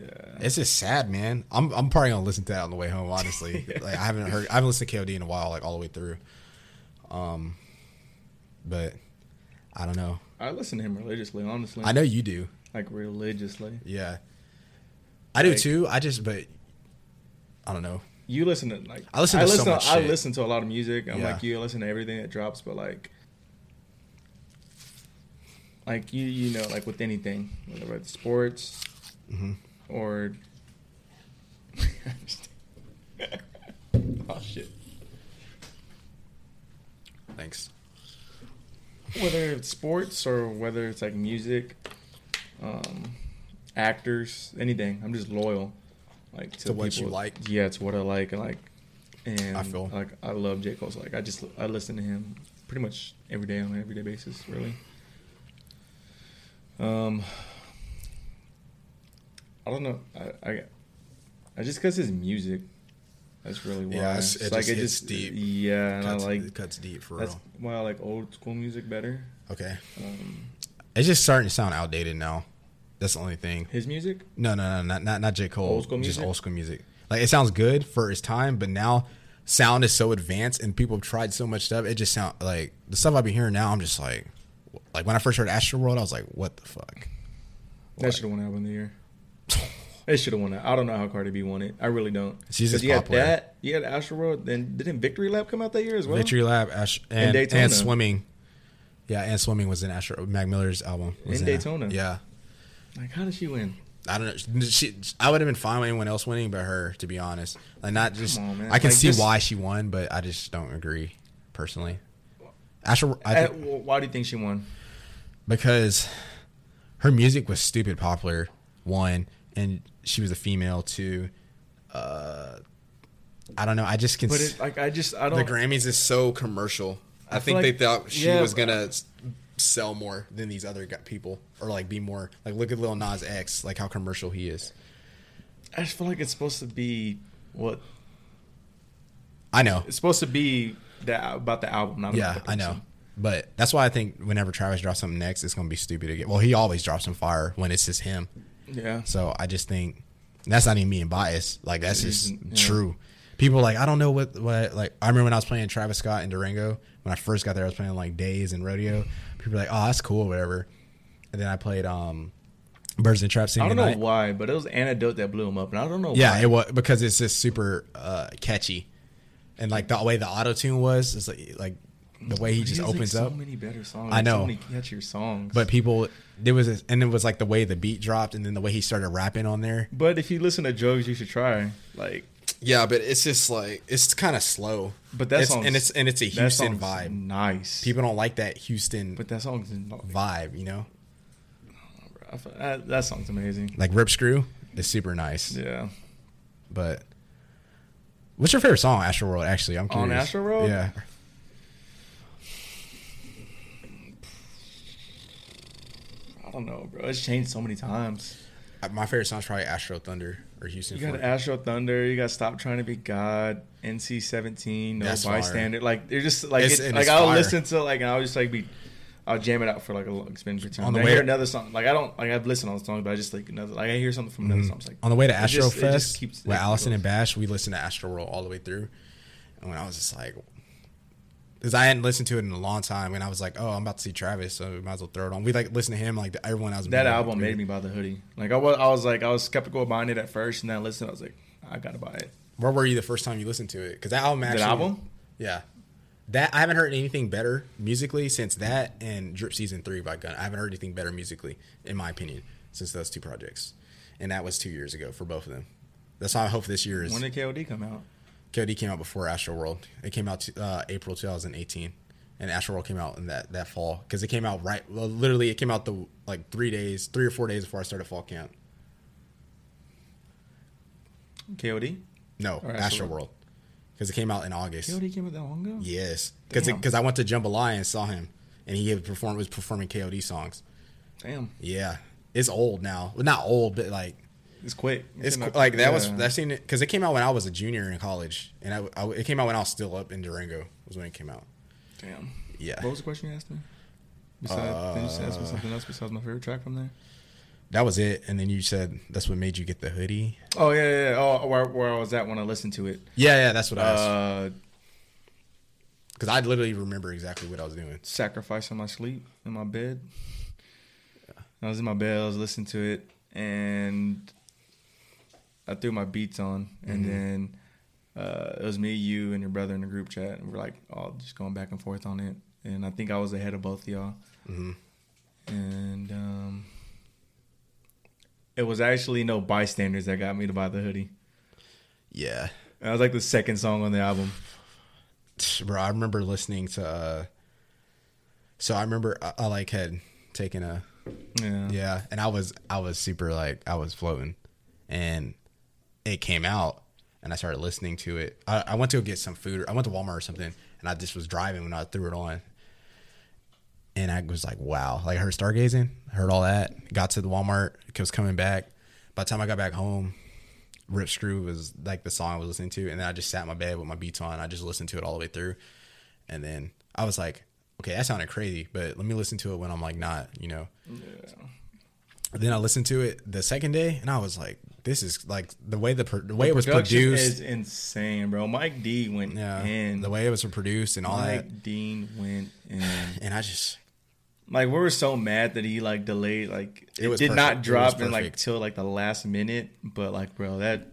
S2: Yeah,
S1: It's just sad, man. I'm I'm probably gonna listen to that on the way home. Honestly, like I haven't heard I haven't listened to KOD in a while, like all the way through. Um, but I don't know.
S2: I listen to him religiously. Honestly,
S1: I know you do.
S2: like religiously.
S1: Yeah. I do
S2: Like-
S1: too. I just, but I don't know.
S2: You listen to like
S1: I listen to so much
S2: I
S1: shit.
S2: listen to a lot of music. I'm
S1: Yeah.
S2: like you. I listen to everything that drops, but like, like you you know like with anything, whether it's sports
S1: Mm-hmm.
S2: or oh shit,
S1: Thanks.
S2: whether it's sports or whether it's like music, um, actors, anything. I'm just loyal, like to,
S1: To what
S2: people.
S1: you like.
S2: Yeah, it's what I like. And like, and
S1: I feel.
S2: like I love J Cole. So like I just I listen to him pretty much every day on an everyday basis. Really. Um, I don't know. I I, I just because his music, That's really why.
S1: Yeah, it's- it
S2: It's like
S1: just
S2: it
S1: hits
S2: just
S1: deep.
S2: Yeah, and
S1: Cuts,
S2: I like
S1: it cuts deep for
S2: that's
S1: real.
S2: why I like old school music better.
S1: Okay.
S2: um,
S1: it's just starting to sound outdated now. That's the only thing.
S2: His music,
S1: No, no, no, not not, not J. Cole.
S2: Old school
S1: Just
S2: music?
S1: old school music. Like it sounds good for its time, but now sound is so advanced and people have tried so much stuff. It just sound like the stuff I've been hearing now. I'm just like, like when I first heard Astro World, I was like, what the fuck?
S2: that should have won album of the year. It should have won it. I don't know how Cardi B won it. I really don't.
S1: She's
S2: 'Cause
S1: just
S2: you had
S1: popular.
S2: that. You had Astro World. Then didn't Victory Lap come out that year as well?
S1: Victory Lab Ash- and, and,
S2: Daytona.
S1: swimming. Yeah, and swimming was in Astro Mac Miller's album. was
S2: In
S1: that.
S2: Daytona.
S1: Yeah.
S2: Like how did she win?
S1: I don't know. She, I would have been fine with anyone else winning, but her, to be honest. Like not just.
S2: Come on, man.
S1: I can
S2: Like,
S1: see
S2: this-
S1: why she won, but I just don't agree personally. Astro, I
S2: Eh,
S1: think,
S2: wh- why do you think she won?
S1: because her music was stupid popular. One, and she was a female. Two, uh, I don't know. I just can.
S2: But
S1: s-
S2: it, like I just I don't.
S1: the Grammys is so commercial. I,
S2: Oh. I feel
S1: think
S2: like-
S1: they thought she
S2: yeah,
S1: was
S2: but-
S1: gonna s- sell more than these other gu- people, or like be more like look at Lil Nas X, like how commercial he is.
S2: I just feel like it's supposed to be what
S1: I know,
S2: it's supposed to be that about the album. Not
S1: yeah,
S2: about the
S1: I know,
S2: person.
S1: but that's why I think whenever Travis drops something next, it's gonna be stupid again. Well, he always drops some fire when it's just him.
S2: Yeah,
S1: So I just think and that's not even being biased. Like that's just
S2: Isn't- yeah.
S1: true. People are like I don't know what what like I remember when I was playing Travis Scott in Durango when I first got there I was playing like Days and Rodeo. People were like oh that's cool whatever, and then I played um Birds and Trap City.
S2: I don't know
S1: Night.
S2: why, but it was anecdote that blew him up, and I don't know.
S1: Yeah,
S2: why.
S1: it was because it's just super uh, catchy, and like the way the auto tune was is like like the way he
S2: He
S1: just
S2: has, like,
S1: opens up.
S2: So many better songs.
S1: I know.
S2: So many catchier songs.
S1: But people, there was, a, and it was like the way the beat dropped, and then the way he started rapping on there.
S2: but if you listen to Jugs, you should try. Like
S1: Yeah, but it's just like it's kind of slow.
S2: But that
S1: It's-
S2: song's-
S1: and it's and it's a
S2: that
S1: Houston
S2: song's
S1: vibe.
S2: Nice.
S1: People don't like that Houston
S2: but that song's not,
S1: vibe, you know.
S2: that, that song's amazing.
S1: Like Rip Screw is super nice,
S2: Yeah.
S1: but what's your favorite song, Astro World? Actually, I'm
S2: On
S1: curious.
S2: Astro World?
S1: yeah.
S2: I don't know, bro. It's changed so many times.
S1: Uh, My favorite song's probably Astro Thunder or Houston.
S2: You got
S1: Funk.
S2: Astro Thunder. You got Stop Trying to Be God. NC Seventeen. No
S1: That's fire.
S2: bystander. Like they're just like
S1: It's-
S2: it,
S1: and
S2: like
S1: it's
S2: I'll
S1: fire.
S2: listen to like and I'll just like be. I'll jam it out for like a long spin for
S1: On
S2: time. On
S1: the
S2: the
S1: way-
S2: hear another song. Like I don't like I've listened on the song, but I just like another like I hear something from another song. It's like
S1: Mm-hmm. on the way to
S2: it
S1: Astro
S2: just- it just
S1: Fest
S2: keeps-
S1: with
S2: it
S1: Allison
S2: goes.
S1: and Bash, we listened to Astro World all the way through. And when I was just like, because I hadn't listened to it in a long time, and I was like, oh, I'm about to see Travis, so we might as well throw it on. We like listened to him, like everyone else.
S2: That album made me buy the hoodie. Like I was, I was like, I was skeptical of buying it at first, and then I listened. I was like, I gotta buy it.
S1: Where were you the first time you listened to it? Because that album actually.
S2: album?
S1: Yeah. That I haven't heard anything better musically since that and Drip Season Three by Gun. I haven't heard anything better musically, in my opinion, since those two projects, and that was two years ago for both of them. That's why I hope this year is.
S2: When did KOD come out?
S1: KOD came out before Astro World. It came out uh, April 2018, and Astro World came out in that that fall because it came out right. Well, literally, it came out the like three days, three or four days before I started fall camp.
S2: KOD.
S1: No,
S2: Or
S1: Astro
S2: Astro
S1: World, because it came out in August.
S2: KOD came out that long ago.
S1: Yes, because
S2: Damn.
S1: because I went to Jambalaya and saw him, and he had perform was performing KOD songs.
S2: Damn,
S1: Yeah, it's old now. Well, not old, but like
S2: it's quick. It
S1: It's
S2: came
S1: qu-
S2: out-
S1: like that was
S2: yeah.
S1: that seen it because it came out when I was a junior in college, and I, I- it came out when I was still up in Durango was when it came out.
S2: Damn.
S1: Yeah.
S2: What was the question you asked me? Besides, then you just asked me something else besides my favorite track from there.
S1: That was it, and then you said that's what made you get the hoodie.
S2: Oh yeah, yeah. yeah. Oh, where, where I was at when I listened to it.
S1: Yeah, yeah, that's what I asked
S2: Uh,
S1: because I literally remember exactly what I was doing.
S2: sacrifice on my sleep in my bed. I was in my bed, I was listening to it, and I threw my beats on, and then uh, it was me, you, and your brother in the group chat, and we're like all just going back and forth on it, and I think I was ahead of both of y'all, and um, it was actually no bystanders that got me to buy the hoodie.
S1: Yeah,
S2: That was like the second song on the album.
S1: bro, I remember listening to. uh So I remember I, I like had taken a
S2: Yeah,
S1: yeah, and I was I was super like I was floating, and it came out, and I started listening to it. I, I went to go get some food. Or I went to Walmart or something, and I just was driving when I threw it on, and I was like, wow. Like I heard stargazing, heard all that, got to the Walmart, was coming back. By the time I got back home, Rip Screw was like the song I was listening to, and then I just sat in my bed with my beats on. I just listened to it all the way through, and then I was like, okay, that sounded crazy, but let me listen to it when I'm like not, you know. Then I listened to it the second day, and I was like, this is like the way the, pro- the way it was
S2: Production
S1: produced.
S2: is insane, bro. Mike D went
S1: yeah,
S2: in.
S1: the way it was produced and all that,
S2: Mike Dean went in.
S1: and I just
S2: Like we were so mad that he like delayed like it,
S1: It was
S2: did
S1: perfect.
S2: not
S1: It
S2: drop
S1: was
S2: in like
S1: perfect.
S2: till like the last minute. But like bro, that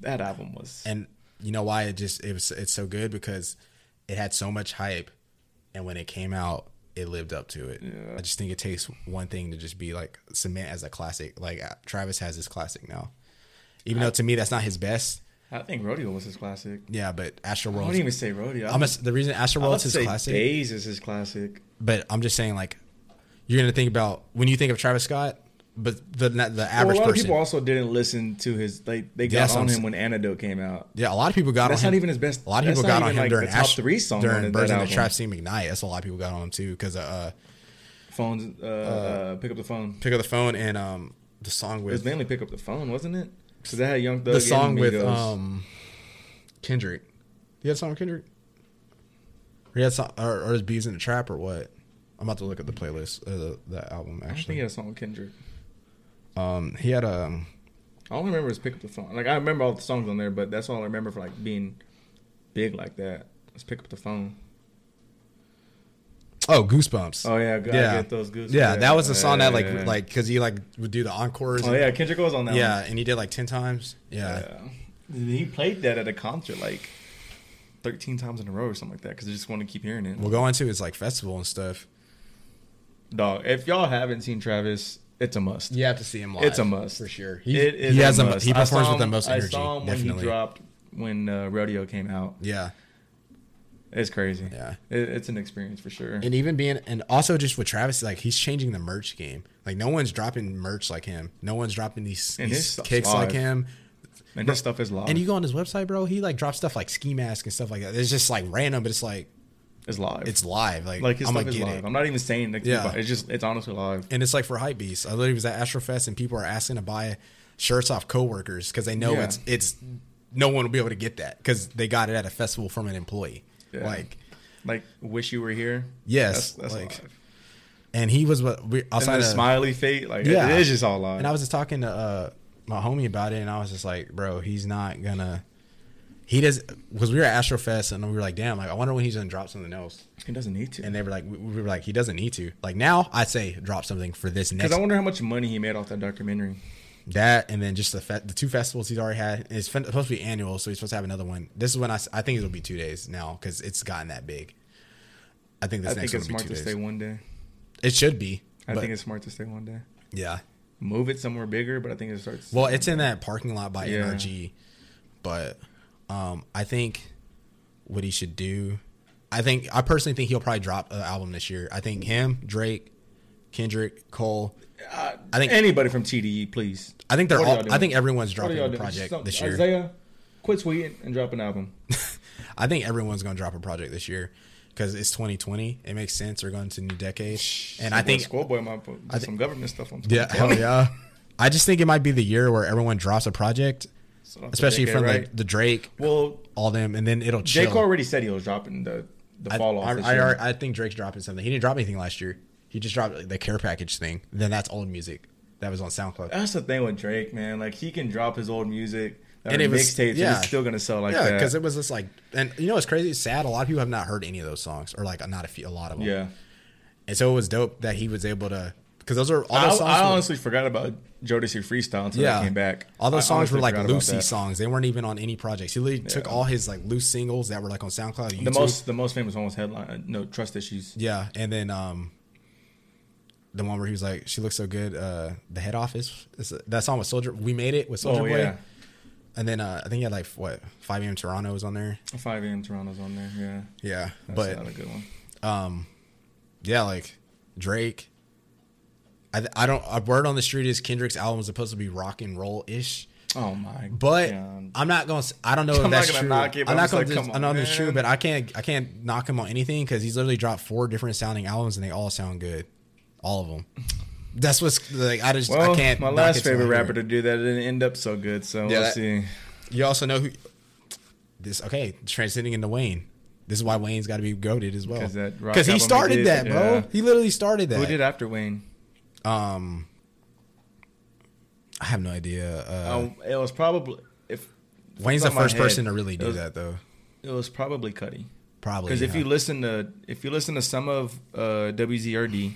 S2: that album was
S1: and you know why it just it was it's so good because it had so much hype and when it came out it lived up to it i just think it takes one thing to just be like cement as a classic like uh, travis has his classic now even though to me that's not his best
S2: I think Rodeo was his classic.
S1: yeah but astro
S2: I
S1: world
S2: wouldn't even say Rodeo.
S1: i'm a, the reason astro
S2: I'll
S1: world's his
S2: say
S1: classic
S2: Days is his classic.
S1: but i'm just saying like you're gonna think about when you think of travis scott but the not the
S2: Well, a
S1: average
S2: lot of
S1: person
S2: people also didn't listen to his like they
S1: Yeah,
S2: got
S1: that's what
S2: on
S1: I'm
S2: him
S1: saying.
S2: when Antidote came out.
S1: yeah, a lot of people got
S2: That's
S1: on him.
S2: not even his best-
S1: A lot of
S2: that's
S1: people
S2: not
S1: got on
S2: even,
S1: him
S2: like,
S1: during
S2: the top
S1: Astro-
S2: three song on
S1: during
S2: that
S1: Birds of the
S2: album.
S1: Trap Scene McKnight. That's a lot of people got on him too because uh,
S2: Phones, uh, uh, pick up the phone.
S1: pick up the phone and um the song
S2: It was
S1: with
S2: mainly pick up the phone, wasn't it? Because that had Young Thug.
S1: the
S2: and
S1: song with
S2: Migos.
S1: um Kendrick. He had a song with Kendrick. Or he had song, or, or his bees in the trap or what? I'm about to look at the playlist uh, the, the album
S2: I don't think
S1: actually.
S2: he had a song with Kendrick.
S1: um, he had a
S2: All I remember is pick up the phone. Like I remember all the songs on there, but that's all I remember for like being big like that. Let's pick up the phone.
S1: oh Goosebumps.
S2: Oh yeah, God,
S1: yeah,
S2: I get those goosebumps.
S1: yeah, that was the song that like
S2: Yeah.
S1: like because he like would do the encores.
S2: Oh
S1: and-
S2: yeah, Kendrick was on that.
S1: yeah,
S2: one.
S1: and he did like ten times. Yeah,
S2: Yeah. He played that at a concert like thirteen times in a row or something like that because I just want to keep hearing it.
S1: we'll go into his like festival and stuff.
S2: Dog, if y'all haven't seen Travis, it's a must.
S1: You have to see him live.
S2: It's a must
S1: for sure.
S2: He,
S1: He,
S2: it is
S1: he has
S2: a
S1: a,
S2: must.
S1: he
S2: I
S1: performs
S2: saw
S1: with the
S2: him-
S1: most energy.
S2: I saw him when
S1: definitely.
S2: he dropped when uh, Rodeo came out.
S1: Yeah.
S2: It's crazy.
S1: Yeah.
S2: it, it's an experience for sure.
S1: and even being and also just with Travis, like he's changing the merch game. Like no one's dropping merch like him. No one's dropping these,
S2: And his
S1: these
S2: stuff's
S1: kicks
S2: live. Um,
S1: like him.
S2: and this stuff is live.
S1: And you go on his website, bro. He like drops stuff like ski mask and stuff like that. It's just like random, but it's like
S2: it's live.
S1: it's live. Like,
S2: like his
S1: I'm
S2: stuff
S1: gonna
S2: is
S1: get
S2: live.
S1: it.
S2: I'm not even saying like
S1: Yeah.
S2: it's just it's honestly live.
S1: and it's like for hype beasts. I literally was at Astrofest and people are asking to buy shirts off coworkers because they know
S2: Yeah.
S1: it's it's no one will be able to get that because they got it at a festival from an employee.
S2: Yeah.
S1: Like
S2: Like wish you were here.
S1: Yes,
S2: that's, that's
S1: like,
S2: live.
S1: and he was what we
S2: And
S1: outside
S2: the
S1: of
S2: smiley fate, like
S1: Yeah.
S2: it is just all live.
S1: And I was just talking to uh, my homie about it, and I was just like, bro, he's not gonna. He does because we were at Astrofest, and we were like, damn, like I wonder when he's gonna drop something else.
S2: he doesn't need to.
S1: And they were like, we, we were like, he doesn't need to. Like now, I say drop something for this next
S2: Because I wonder how much money he made off that documentary.
S1: that, and then just the fe- the two festivals he's already had. And It's fin- supposed to be annual, so he's supposed to have another one. This is when I, s- I think it'll be two days now because it's gotten that big. I think this
S2: I
S1: next
S2: think it's
S1: one will
S2: smart
S1: be
S2: to
S1: two
S2: stay
S1: days.
S2: one day.
S1: It should be.
S2: I
S1: but
S2: think it's smart to stay one day.
S1: yeah.
S2: Move it somewhere bigger, but I think it starts.
S1: Well, it's in that parking lot by
S2: Yeah.
S1: NRG, but um, I think what he should do, I think I personally think he'll probably drop an album this year. I think him, Drake, Kendrick, Cole. I think
S2: anybody from TDE, please.
S1: I think they're
S2: Uh, What are y'all
S1: all. I
S2: doing?
S1: think everyone's
S2: What are
S1: dropping
S2: y'all
S1: a
S2: doing?
S1: project
S2: Some-
S1: this year.
S2: Isaiah, quit tweeting and drop an album.
S1: I think everyone's going to drop a project this year because it's 2020. It makes sense. We're going to a new decade, and I
S2: Schoolboy-
S1: think
S2: Schoolboy might put do some government stuff on.
S1: yeah, hell yeah. I just think it might be the year where everyone drops a project,
S2: So that's a
S1: especially
S2: decade,
S1: from
S2: right?
S1: the, the Drake,
S2: Well,
S1: all them, and then it'll
S2: Jake
S1: chill.
S2: already said he was dropping the the
S1: I,
S2: fall off.
S1: I,
S2: this
S1: I,
S2: year.
S1: I think Drake's dropping something. He didn't drop anything last year. He just dropped the care package thing. Then that's old music that was on SoundCloud.
S2: That's the thing with Drake, man. Like he can drop his old music and
S1: And it was-
S2: mixtapes, and
S1: yeah.
S2: it's still gonna sell like
S1: yeah,
S2: that.
S1: because it was just like, and you know what's crazy? It's sad. A lot of people have not heard any of those songs, or like not a few, a lot of them.
S2: yeah.
S1: And so it was dope that he was able to, because those are all
S2: I,
S1: those songs.
S2: I
S1: were-
S2: honestly forgot about Jodeci freestyle until
S1: yeah,
S2: I came back.
S1: All
S2: I
S1: those songs
S2: honestly
S1: were like
S2: forgot about
S1: Lucy
S2: that.
S1: songs. They weren't even on any projects. He literally took
S2: Yeah.
S1: all his like loose singles that were like on SoundCloud. YouTube.
S2: The most the most famous one was headline. uh, No trust issues.
S1: Yeah, and then um, the one where he was like, "She looks so good." Uh, the head office. Is that song with Soldier. We made it with Soldier
S2: Oh
S1: Boy.
S2: yeah,
S1: And then uh, I think he had like what 5 a.m. Toronto was on there.
S2: five a.m. Toronto's on there. Yeah,
S1: Yeah,
S2: that's
S1: but
S2: not a good one.
S1: yeah, like Drake. I I don't. A word on the street is Kendrick's album was supposed to be rock and roll ish.
S2: Oh my.
S1: But
S2: God.
S1: I'm not gonna. s- I don't know if
S2: I'm not
S1: that's
S2: gonna
S1: true.
S2: knock it, but
S1: I'm
S2: I'm
S1: not
S2: just
S1: gonna.
S2: like,
S1: dis-
S2: come
S1: I know
S2: on,
S1: that's true,
S2: man.
S1: but I can't. I can't knock him on anything because he's literally dropped four different sounding albums and they all sound good, all of them. That's what's like. I just
S2: Well,
S1: I can't.
S2: my
S1: knock
S2: last
S1: it till I
S2: favorite
S1: hear
S2: rapper
S1: it.
S2: to do that it didn't end up so good. So
S1: Yeah,
S2: we'll
S1: that-
S2: see.
S1: You also know who this okay, transcending into Wayne. This is why Wayne's got to be goaded as well.
S2: 'Cause that rock
S1: Because he
S2: album he
S1: started
S2: did,
S1: that, bro.
S2: yeah.
S1: He literally started that.
S2: Who did after Wayne?
S1: Um, I have no idea. Uh,
S2: Um, it was probably if
S1: Wayne's the
S2: off my
S1: first
S2: head,
S1: person to really do
S2: it was-
S1: that, though.
S2: it was probably Cuddy.
S1: Probably
S2: Because if
S1: Oh, yeah.
S2: you listen to if you listen to some of uh, WZRD,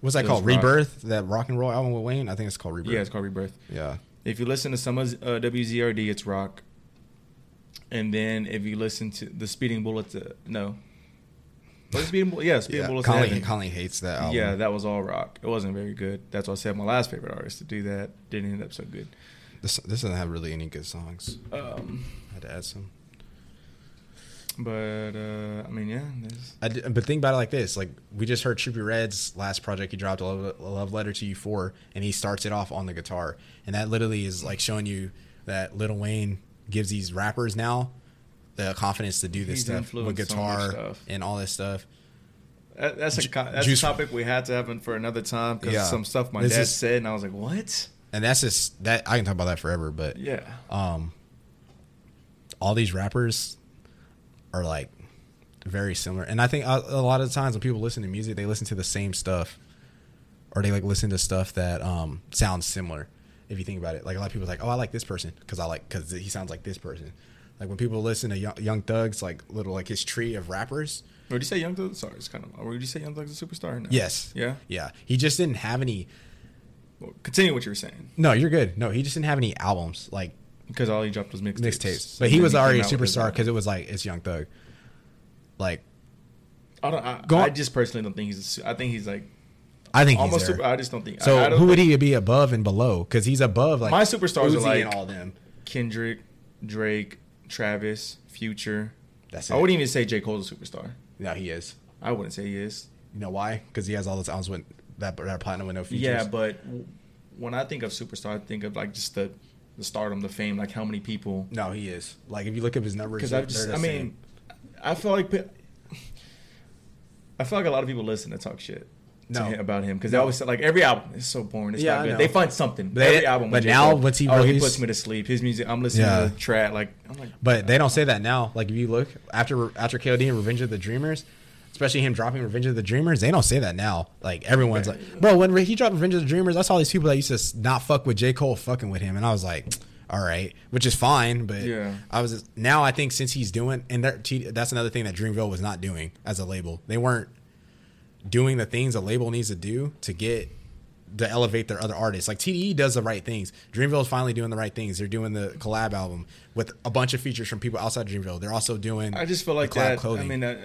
S1: what's that
S2: it
S1: called?
S2: was rock.
S1: Rebirth, that rock and roll album with Wayne. I think it's called Rebirth.
S2: yeah, it's called Rebirth.
S1: yeah.
S2: If you listen to some of uh, WZRD, it's rock. And then if you listen to the Speeding Bullets, uh, no, was it Speeding Bullets? Yeah, Speeding
S1: yeah.
S2: Bullets. to
S1: Colleen,
S2: Heaven.
S1: Colleen hates that album.
S2: Yeah, that was all rock. It wasn't very good. That's why I said my last favorite artist to do that didn't end up so good.
S1: this, this doesn't have really any good songs.
S2: Um,
S1: I had to add some.
S2: but uh, I mean, yeah, there's-
S1: I did- but think about it like this: like we just heard Trippy Red's last project, he dropped a love, a love letter to you for, and he starts it off on the guitar, and that literally is like showing you that Little Wayne gives these rappers now the confidence to do this
S2: He's
S1: stuff with
S2: influenced so much
S1: guitar
S2: stuff.
S1: and all this stuff.
S2: that, that's a co- that's
S1: Juice-
S2: a topic we had to have in for another time because
S1: Yeah.
S2: some stuff my
S1: This
S2: dad
S1: is-
S2: said, and I was like, what?
S1: And that's just that I can talk about that forever, but
S2: Yeah,
S1: um, all these rappers are like very similar, and I think a, a lot of the times when people listen to music, they listen to the same stuff, or they like listen to stuff that um sounds similar. If you think about it, like a lot of people are like, oh, I like this person because I like because he sounds like this person. Like when people listen to Young, young Thug's like little like his tree of rappers,
S2: would you say Young Thug? Sorry, it's kind of. Would you say Young Thug's a superstar? No.
S1: yes,
S2: Yeah.
S1: yeah, he just didn't have any.
S2: Well, continue what you were saying
S1: No, you're good. No, he just didn't have any albums like
S2: because all he dropped was mixtapes.
S1: mixtapes,
S2: And
S1: but he
S2: then
S1: was
S2: came
S1: already a
S2: out with his
S1: superstar
S2: album.
S1: because it was like it's Young Thug. Like
S2: I don't. I,
S1: Go
S2: I
S1: on.
S2: just personally don't think he's. A, su- I think he's like
S1: I think
S2: almost.
S1: he's there.
S2: Super, I just don't think.
S1: So
S2: I, I don't
S1: who
S2: think
S1: would he be above and below? Because he's above like
S2: My superstars are
S1: Uzi
S2: like-
S1: and all them.
S2: Kendrick, Drake, Travis, Future.
S1: That's it.
S2: I wouldn't even say J Cole's a superstar.
S1: no, he is.
S2: I wouldn't say he is.
S1: You know why? Because he has all those albums with that, that platinum with no features.
S2: Yeah, but w- when I think of superstar, I think of like just the the stardom, the fame, like how many people.
S1: no, he is. Like if you look up his numbers,
S2: Because
S1: they're-
S2: I just,
S1: they're
S2: I
S1: the
S2: mean,
S1: same.
S2: I feel like pe- I feel like a lot of people listen to talk shit. to
S1: No.
S2: him- about him because they always say like every album is so boring. It's
S1: Yeah,
S2: not
S1: I know.
S2: good. They find something.
S1: But they-
S2: every album.
S1: but
S2: with J.
S1: now
S2: Cole,
S1: once he
S2: oh, he
S1: released-
S2: puts me to sleep. His music. I'm listening
S1: Yeah.
S2: to the track. Like I'm like.
S1: but they don't say that now. Like if you look after after KOD and Revenge of the Dreamers, especially him dropping Revenge of the Dreamers, they don't say that now. Like everyone's like, bro, when he dropped Revenge of the Dreamers, I saw these people that used to s- not fuck with J Cole fucking with him, and I was like. All right, which is fine, but
S2: Yeah.
S1: I was now. I think since he's doing, and that- that's another thing that Dreamville was not doing as a label. They weren't doing the things a label needs to do to get to elevate their other artists. Like TDE does the right things. Dreamville is finally doing the right things. They're doing the collab album with a bunch of features from people outside Dreamville. They're also doing.
S2: I just feel
S1: the
S2: like
S1: collab
S2: that. I mean, uh,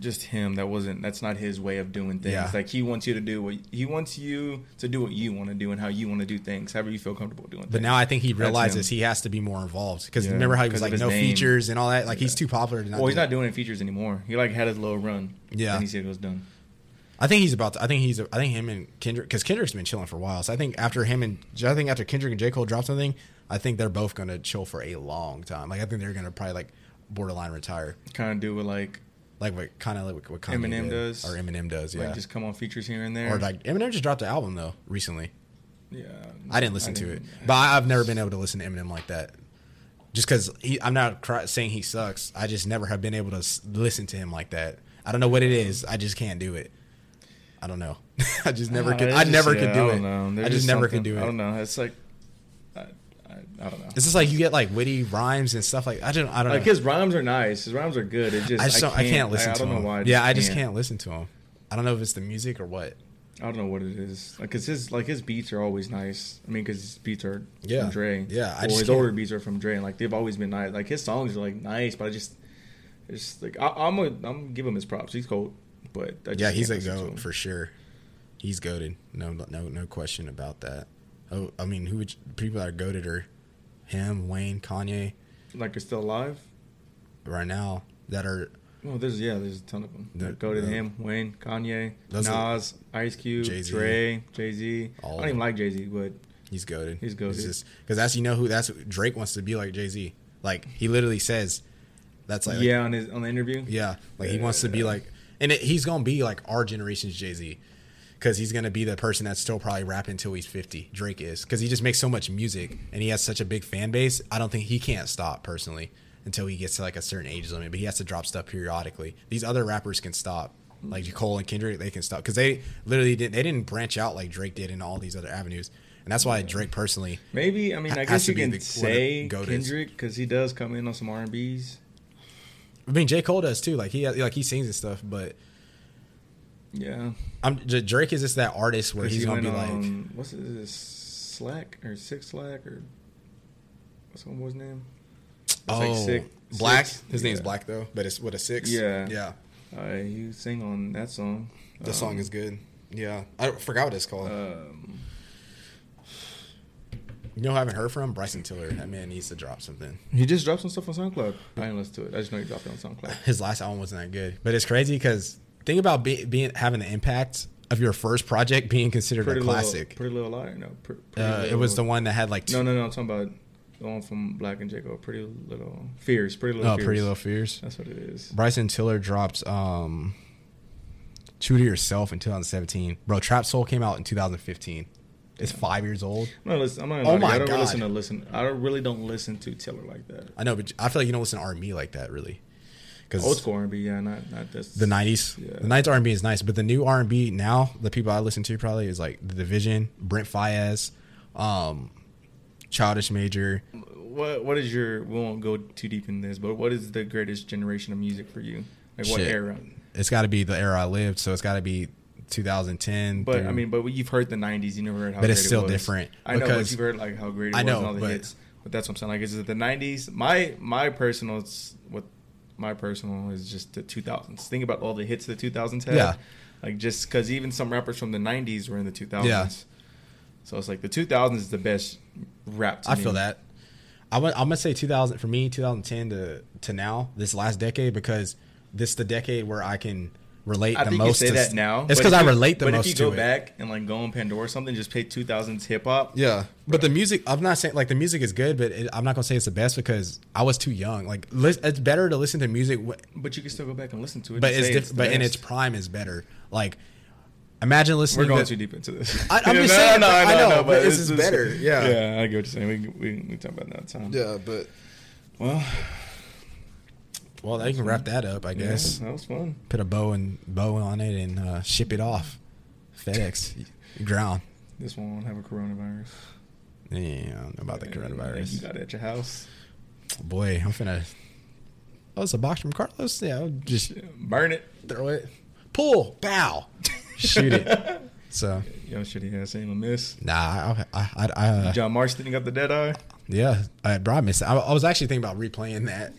S2: just him. That wasn't. That's not his way of doing things.
S1: Yeah.
S2: Like he wants you to do what he wants you to do what you want to do and how you want to do things, however you feel comfortable doing.
S1: but now I think he realizes
S2: him.
S1: he has to be more involved because
S2: Yeah,
S1: remember how he was
S2: 'cause
S1: like
S2: of his
S1: no
S2: name.
S1: features and all that. Like he's too popular to not.
S2: well, he's
S1: do
S2: not
S1: it.
S2: doing features anymore. He like had his little run.
S1: Yeah.
S2: and he said it was done.
S1: I think he's about. To, I think he's. I think him and Kendrick because Kendrick's been chilling for a while. So I think after him and I think after Kendrick and J Cole drop something, I think they're both gonna chill for a long time. Like I think they're gonna probably like borderline retire.
S2: Kind of do what like
S1: like what kind of like what Kanye
S2: Eminem
S1: did,
S2: does.
S1: or Eminem does, yeah.
S2: like just come on features here and there.
S1: or like Eminem just dropped an album though recently.
S2: yeah,
S1: I didn't listen to it,
S2: didn't-
S1: but I, I've never been able to listen to Eminem like that. Just because I'm not cry, saying he sucks, I just never have been able to s- listen to him like that. I don't know what it is. I just can't do it. I don't know. I just never
S2: Uh,
S1: could.
S2: it's
S1: I
S2: just-
S1: never
S2: yeah,
S1: could do
S2: I
S1: it.
S2: don't know. There's
S1: I just never could
S2: something-
S1: do it.
S2: I don't know. It's like I, I, I don't know.
S1: It's just like you get like witty rhymes and stuff like I don't. I don't.
S2: Like
S1: know.
S2: his rhymes are nice. His rhymes are good. It just
S1: I just don't, I, can't, listen
S2: I,
S1: to
S2: don't
S1: him.
S2: know why.
S1: yeah, I just can't. listen to him. I don't know if it's the music or what.
S2: I don't know what it is. Like 'cause his like his beats are always nice. I mean, because his beats are
S1: Yeah.
S2: from Dre.
S1: Yeah, I
S2: or
S1: just
S2: his
S1: can't-
S2: older beats are from Dre, and like they've always been nice. Like his songs are like nice, but I just it's like I, I'm a, I'm gonna give him his props. He's cool, but I just
S1: Yeah, he's a
S2: can't listen to him.
S1: goat for sure. He's goaded. No, no, no question about that. Oh, I mean, who would you- people that are goaded are him, Wayne, Kanye,
S2: Like they're still alive.
S1: right now that are
S2: Well, Oh, there's yeah, there's a ton of them.
S1: The-
S2: Go to
S1: the-
S2: him, Wayne, Kanye,
S1: Those are-
S2: Nas, Ice Cube,
S1: Jay-Z.
S2: Dre, Jay Z. I
S1: All
S2: don't
S1: of
S2: even
S1: them.
S2: like Jay Z, but
S1: he's goaded.
S2: He's goated.
S1: because that's you know who that's Drake wants to be like Jay Z. Like he literally says, that's like
S2: yeah, on his on the interview,
S1: yeah, like he wants to be like, and it, he's gonna be like our generation's Jay Z. because he's gonna be the person that's still probably rapping until he's fifty. Drake is because he just makes so much music and he has such a big fan base. I don't think he can't stop personally until he gets to like a certain age limit. But he has to drop stuff periodically. These other rappers can stop, like Cole and Kendrick, they can stop because they literally did. They didn't branch out like Drake did in all these other avenues, and that's why Drake personally.
S2: Maybe I mean
S1: Ha-
S2: I
S1: has
S2: guess
S1: to
S2: you
S1: be
S2: can
S1: the- where the
S2: say
S1: goat is.
S2: Kendrick because he does come in on some R and B's.
S1: I mean, J Cole does too. Like he like he sings and stuff, but
S2: Yeah,
S1: I'm J- Drake is just that artist where
S2: 'Cause
S1: he's
S2: he
S1: gonna be
S2: went
S1: like.
S2: on- what's this Slack or Six Slack or what's the boy's name? It's like Sick-
S1: Oh, Black.
S2: Six.
S1: His name's
S2: Yeah.
S1: Black though, but it's with a six.
S2: Yeah.
S1: yeah.
S2: Uh, he sang on that song.
S1: The song is good. Yeah, I forgot what it's called.
S2: Um,
S1: you know, who I haven't heard from Bryson Tiller. That man needs to drop something.
S2: he just dropped some stuff on SoundCloud. I didn't listen to it. I just know he dropped it on SoundCloud.
S1: His last album wasn't that good, but it's crazy because think about be, being having the impact of your first project being considered a classic.
S2: Little, pretty little liar. No, Pre- Pretty
S1: uh, it
S2: Little-
S1: was the one that had like two,
S2: No, no, no. I'm talking about the one from Black and Jacob. Pretty little fears. Pretty little.
S1: oh,
S2: fears.
S1: Pretty Little Fears.
S2: That's what it is.
S1: Bryson Tiller drops um, "True to Yourself" in 2017. Bro, Trap Soul came out in 2015. It's five years old.
S2: I'm not listen, I'm not gonna
S1: Oh
S2: lie to you.
S1: my
S2: I don't
S1: God.
S2: listen to listen. I don't, really don't listen to Taylor like that.
S1: I know, but I feel like you don't listen to R&B like that really, because
S2: Old school R&B, yeah, not not this.
S1: the '90s,
S2: Yeah.
S1: the '90s R&B is nice, but the new R&B now, the people I listen to probably is like The Division, Brent Fayez, um, Childish Major.
S2: What what is your? We won't go too deep in this, but what is the greatest generation of music for you? Like what
S1: Shit.
S2: era?
S1: It's got to be the era I lived, so it's got to be 2010.
S2: But I
S1: through-
S2: mean, but you've heard the '90s. You never heard how.
S1: But it's
S2: great it
S1: still
S2: was.
S1: different,
S2: I know,
S1: because-
S2: but you've heard like how great it
S1: I
S2: was
S1: know,
S2: and all the
S1: but-
S2: hits. But that's what I'm saying. Like, is it the '90s? My my personal s- what my personal is just the 2000s. Think about all the hits the 2000s had.
S1: Yeah.
S2: Like just because even some rappers from the '90s were in the 2000s.
S1: Yeah.
S2: So it's like the 2000s is the best rap. To
S1: I
S2: me.
S1: feel that. I would, I'm gonna say 2000 for me, 2010 to to now, this last decade, because this is the decade where I can relate
S2: I
S1: the
S2: think
S1: most.
S2: you say
S1: to s-
S2: that now.
S1: It's
S2: but
S1: because
S2: if
S1: I
S2: you-
S1: relate the
S2: but
S1: most
S2: if you
S1: to
S2: go
S1: it.
S2: back and like go on Pandora or something, just play 2000s hip hop.
S1: Yeah, but the music. I'm not saying like the music is good, but it, I'm not gonna say it's the best because I was too young. Like lis- it's better to listen to music, wh-
S2: But you can still go back and listen to it.
S1: but
S2: and
S1: it's
S2: say
S1: diff-
S2: the
S1: but in its
S2: best.
S1: prime is better. Like imagine listening.
S2: We're going
S1: to,
S2: too deep into this.
S1: I- I'm just saying, but- I know, but this is
S2: it's just-
S1: better, yeah.
S2: Yeah, I get what you're saying. We we, we talk about that time.
S1: Yeah, but
S2: Well,
S1: well, you can wrap that up, I
S2: yeah,
S1: guess.
S2: that was fun.
S1: Put a bow and bow on it and uh, ship it off. FedEx ground.
S2: This one won't have a coronavirus.
S1: Yeah, I don't know about the
S2: You
S1: coronavirus.
S2: got it at your house.
S1: Boy, I'm finna. Oh, it's a box from Carlos. Yeah, I'll just
S2: Burn it.
S1: throw it, pull, bow, shoot it. So
S2: Yo, shit, he has seen a miss.
S1: nah, I, I, I, I uh,
S2: John Marston got the dead eye.
S1: yeah, I bro, I missed. it. I, I was actually thinking about replaying that.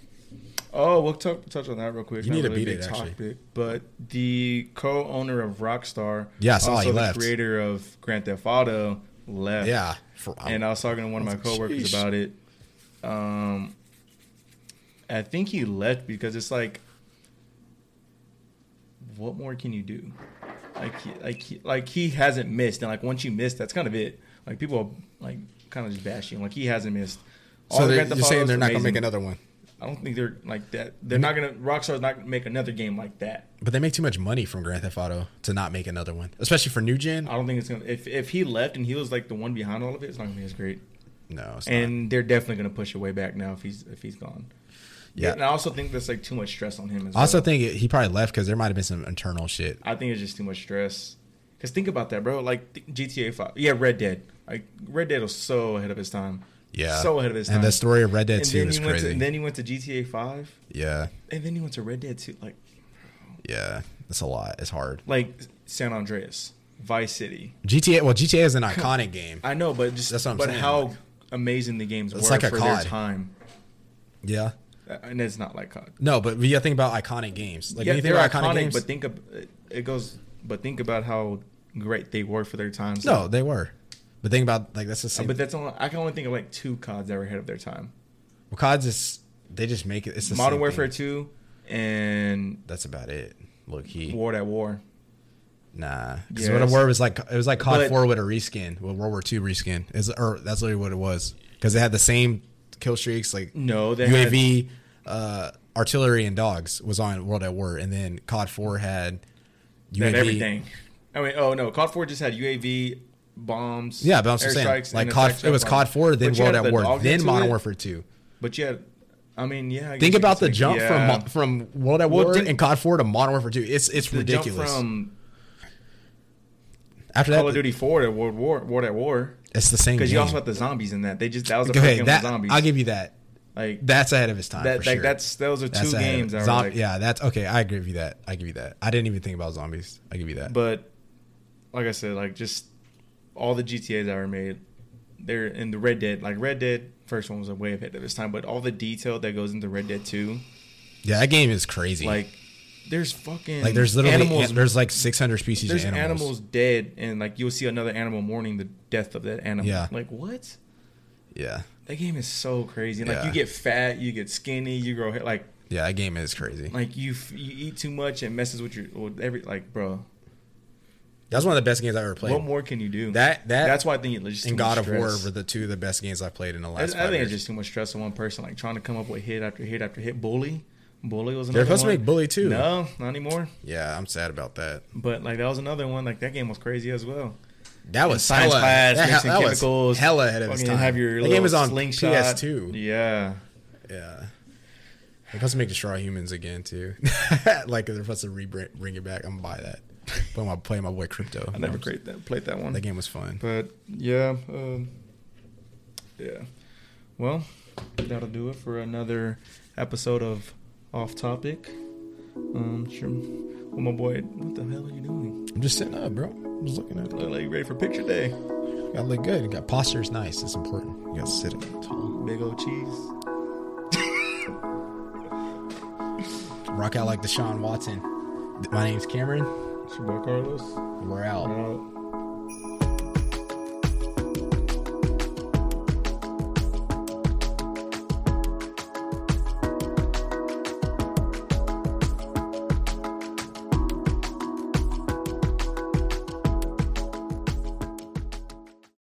S2: Oh, we'll talk, touch on that real quick.
S1: You need to beat it, actually.
S2: but the co-owner of Rockstar,
S1: Yeah, I saw
S2: also
S1: he
S2: the
S1: left.
S2: creator of Grand Theft Auto, left.
S1: Yeah, for, um,
S2: and I was talking to one of my coworkers
S1: Sheesh.
S2: about it. Um, I think he left because it's like, what more can you do? Like, he- like, he- like he hasn't missed, and like once you miss, that's kind of it. Like people are like kind of just bashing. Like he hasn't missed.
S1: so
S2: the
S1: they're,
S2: Grand Theft
S1: you're saying
S2: Autos
S1: they're
S2: are
S1: not gonna make
S2: amazing.
S1: another one,
S2: I don't think they're like that. They're not gonna Rockstar's not gonna make another game like that.
S1: but they make too much money from Grand Theft Auto to not make another one, especially for new gen.
S2: I don't think it's gonna. If if he left and he was like the one behind all of it, it's not gonna be as great.
S1: No, it's not.
S2: And they're definitely gonna push it way back now if he's if he's gone.
S1: Yeah.
S2: and I also think that's like too much stress on him. As
S1: I also
S2: well.
S1: think it, he probably left because there might have been some internal shit.
S2: I think it's just too much stress. Cause think about that, bro. Like th- GTA Five, yeah, Red Dead. Like Red Dead was so ahead of his time.
S1: Yeah,
S2: so ahead of his time.
S1: And the story of Red Dead
S2: And
S1: Two
S2: then
S1: is
S2: he went
S1: crazy.
S2: To, then he went to GTA Five,
S1: yeah,
S2: and then he went to Red Dead Two. Like
S1: yeah, it's a lot. It's hard.
S2: like San Andreas, Vice City.
S1: GTA. Well, GTA is an iconic game.
S2: I know, but just
S1: That's what I'm
S2: but
S1: saying,
S2: how
S1: like-
S2: amazing the games were
S1: It's like a
S2: for their
S1: COD.
S2: time,
S1: Yeah.
S2: Uh, and it's not like COD.
S1: No, but you gotta think about iconic games. Like
S2: yeah,
S1: when you
S2: they're
S1: think about
S2: iconic,
S1: iconic, games,
S2: but think of it goes. But think about how great they were for their time. So-
S1: no, they were. But think about like that's the
S2: Uh,
S1: same.
S2: but that's only I can only think of like two CODs that were ahead of their time:
S1: Well, CODs is they just make it. It's the
S2: Modern
S1: same
S2: Warfare
S1: thing.
S2: Two and
S1: That's about it. Look, he
S2: War at War.
S1: nah. Because
S2: Yeah,
S1: what a
S2: it's-
S1: war was like. It was like COD
S2: But-
S1: Four with a reskin, with World War Two reskin. Is or that's literally what it was. Because they had the same kill streaks, like
S2: No, they had-
S1: UAV, uh, artillery, and dogs was on World at War, and then COD Four had
S2: They
S1: UAV,
S2: had everything. I mean, oh no, COD Four just had UAV bombs.
S1: Yeah, but I'm just saying,
S2: airstrikes,
S1: like
S2: and
S1: COD,
S2: attack
S1: it was
S2: shot
S1: COD
S2: bombs.
S1: Four, then
S2: But you
S1: World
S2: had
S1: at
S2: the
S1: War,
S2: dog
S1: then
S2: into
S1: Modern
S2: it,
S1: Warfare Two.
S2: But yeah, I mean, yeah. I guess
S1: Think
S2: you
S1: about
S2: could
S1: the
S2: say-
S1: jump
S2: yeah.
S1: from from from World at
S2: Well,
S1: War
S2: think-
S1: and COD Four to Modern Warfare Two. It's it's
S2: the jump
S1: ridiculous.
S2: from
S1: After
S2: Call of
S1: that,
S2: Duty Four to World War World at War
S1: it's the same.
S2: because you
S1: game.
S2: also had the zombies in that. They just that was a
S1: Go ahead,
S2: fucking
S1: that-
S2: zombies.
S1: I'll give you that.
S2: like
S1: That's ahead of his time.
S2: that.
S1: for
S2: Like
S1: sure.
S2: that's those are
S1: That's
S2: two
S1: ahead of-
S2: games. That
S1: Zom-
S2: were like,
S1: yeah, that's okay. I agree with you that. I give you that. I didn't even think about zombies. I give you that.
S2: But like I said, like just all the GTA's that were made, they're in the Red Dead. Like Red Dead first one was way ahead of its time, but all the detail that goes into Red Dead Two,
S1: yeah, that game is crazy.
S2: like there's fucking
S1: Like, there's literally
S2: animals.
S1: an- there's like 600 species
S2: there's
S1: of
S2: animals.
S1: animals.
S2: dead, and like you'll see another animal mourning the death of that animal.
S1: Yeah.
S2: Like what?
S1: Yeah,
S2: That game is so crazy. Like
S1: Yeah.
S2: you get fat, you get skinny, you grow hair. Like
S1: yeah, that game is crazy.
S2: like you f- you eat too much and messes with your with every like bro.
S1: That's one of the best games I ever played.
S2: What more can you do?
S1: That- that-
S2: that's why I think it's just
S1: and
S2: too much
S1: God of War
S2: stress.
S1: were the two of the best games I've played in the
S2: I, I
S1: last. five
S2: think it's
S1: years.
S2: just too much stress on one person, like trying to come up with hit after hit after hit. Bully, bully was
S1: They're
S2: another.
S1: supposed to
S2: one.
S1: make Bully too.
S2: No, not anymore.
S1: Yeah, I'm sad about that.
S2: But like that was another one. Like that game was crazy as well.
S1: That was
S2: Science
S1: hella,
S2: class,
S1: that,
S2: mixing
S1: that was
S2: chemicals.
S1: hella ahead of its
S2: fucking
S1: time.
S2: Have your
S1: the game
S2: little
S1: was on
S2: slingshot.
S1: PS2.
S2: Yeah,
S1: Yeah. They're supposed to make Destroy Humans again too. like they're supposed to re bring it back. I'm gonna buy that. Play my play my boy Crypto.
S2: I never played that. Played that one.
S1: That game was fun.
S2: But yeah, um, yeah. Well, that'll do it for another episode of Off Topic. Um, sure. Well, my boy, what the hell are you doing?
S1: I'm just sitting up, bro. I'm just looking at it.
S2: Look like you ready for picture day?
S1: I look good. You got posture's nice. It's important. You gotta sit up tall.
S2: Big old cheese.
S1: Rock out like Deshaun Watson. My name's Cameron.
S2: It's your boy Carlos.
S1: We're out.
S2: We're out.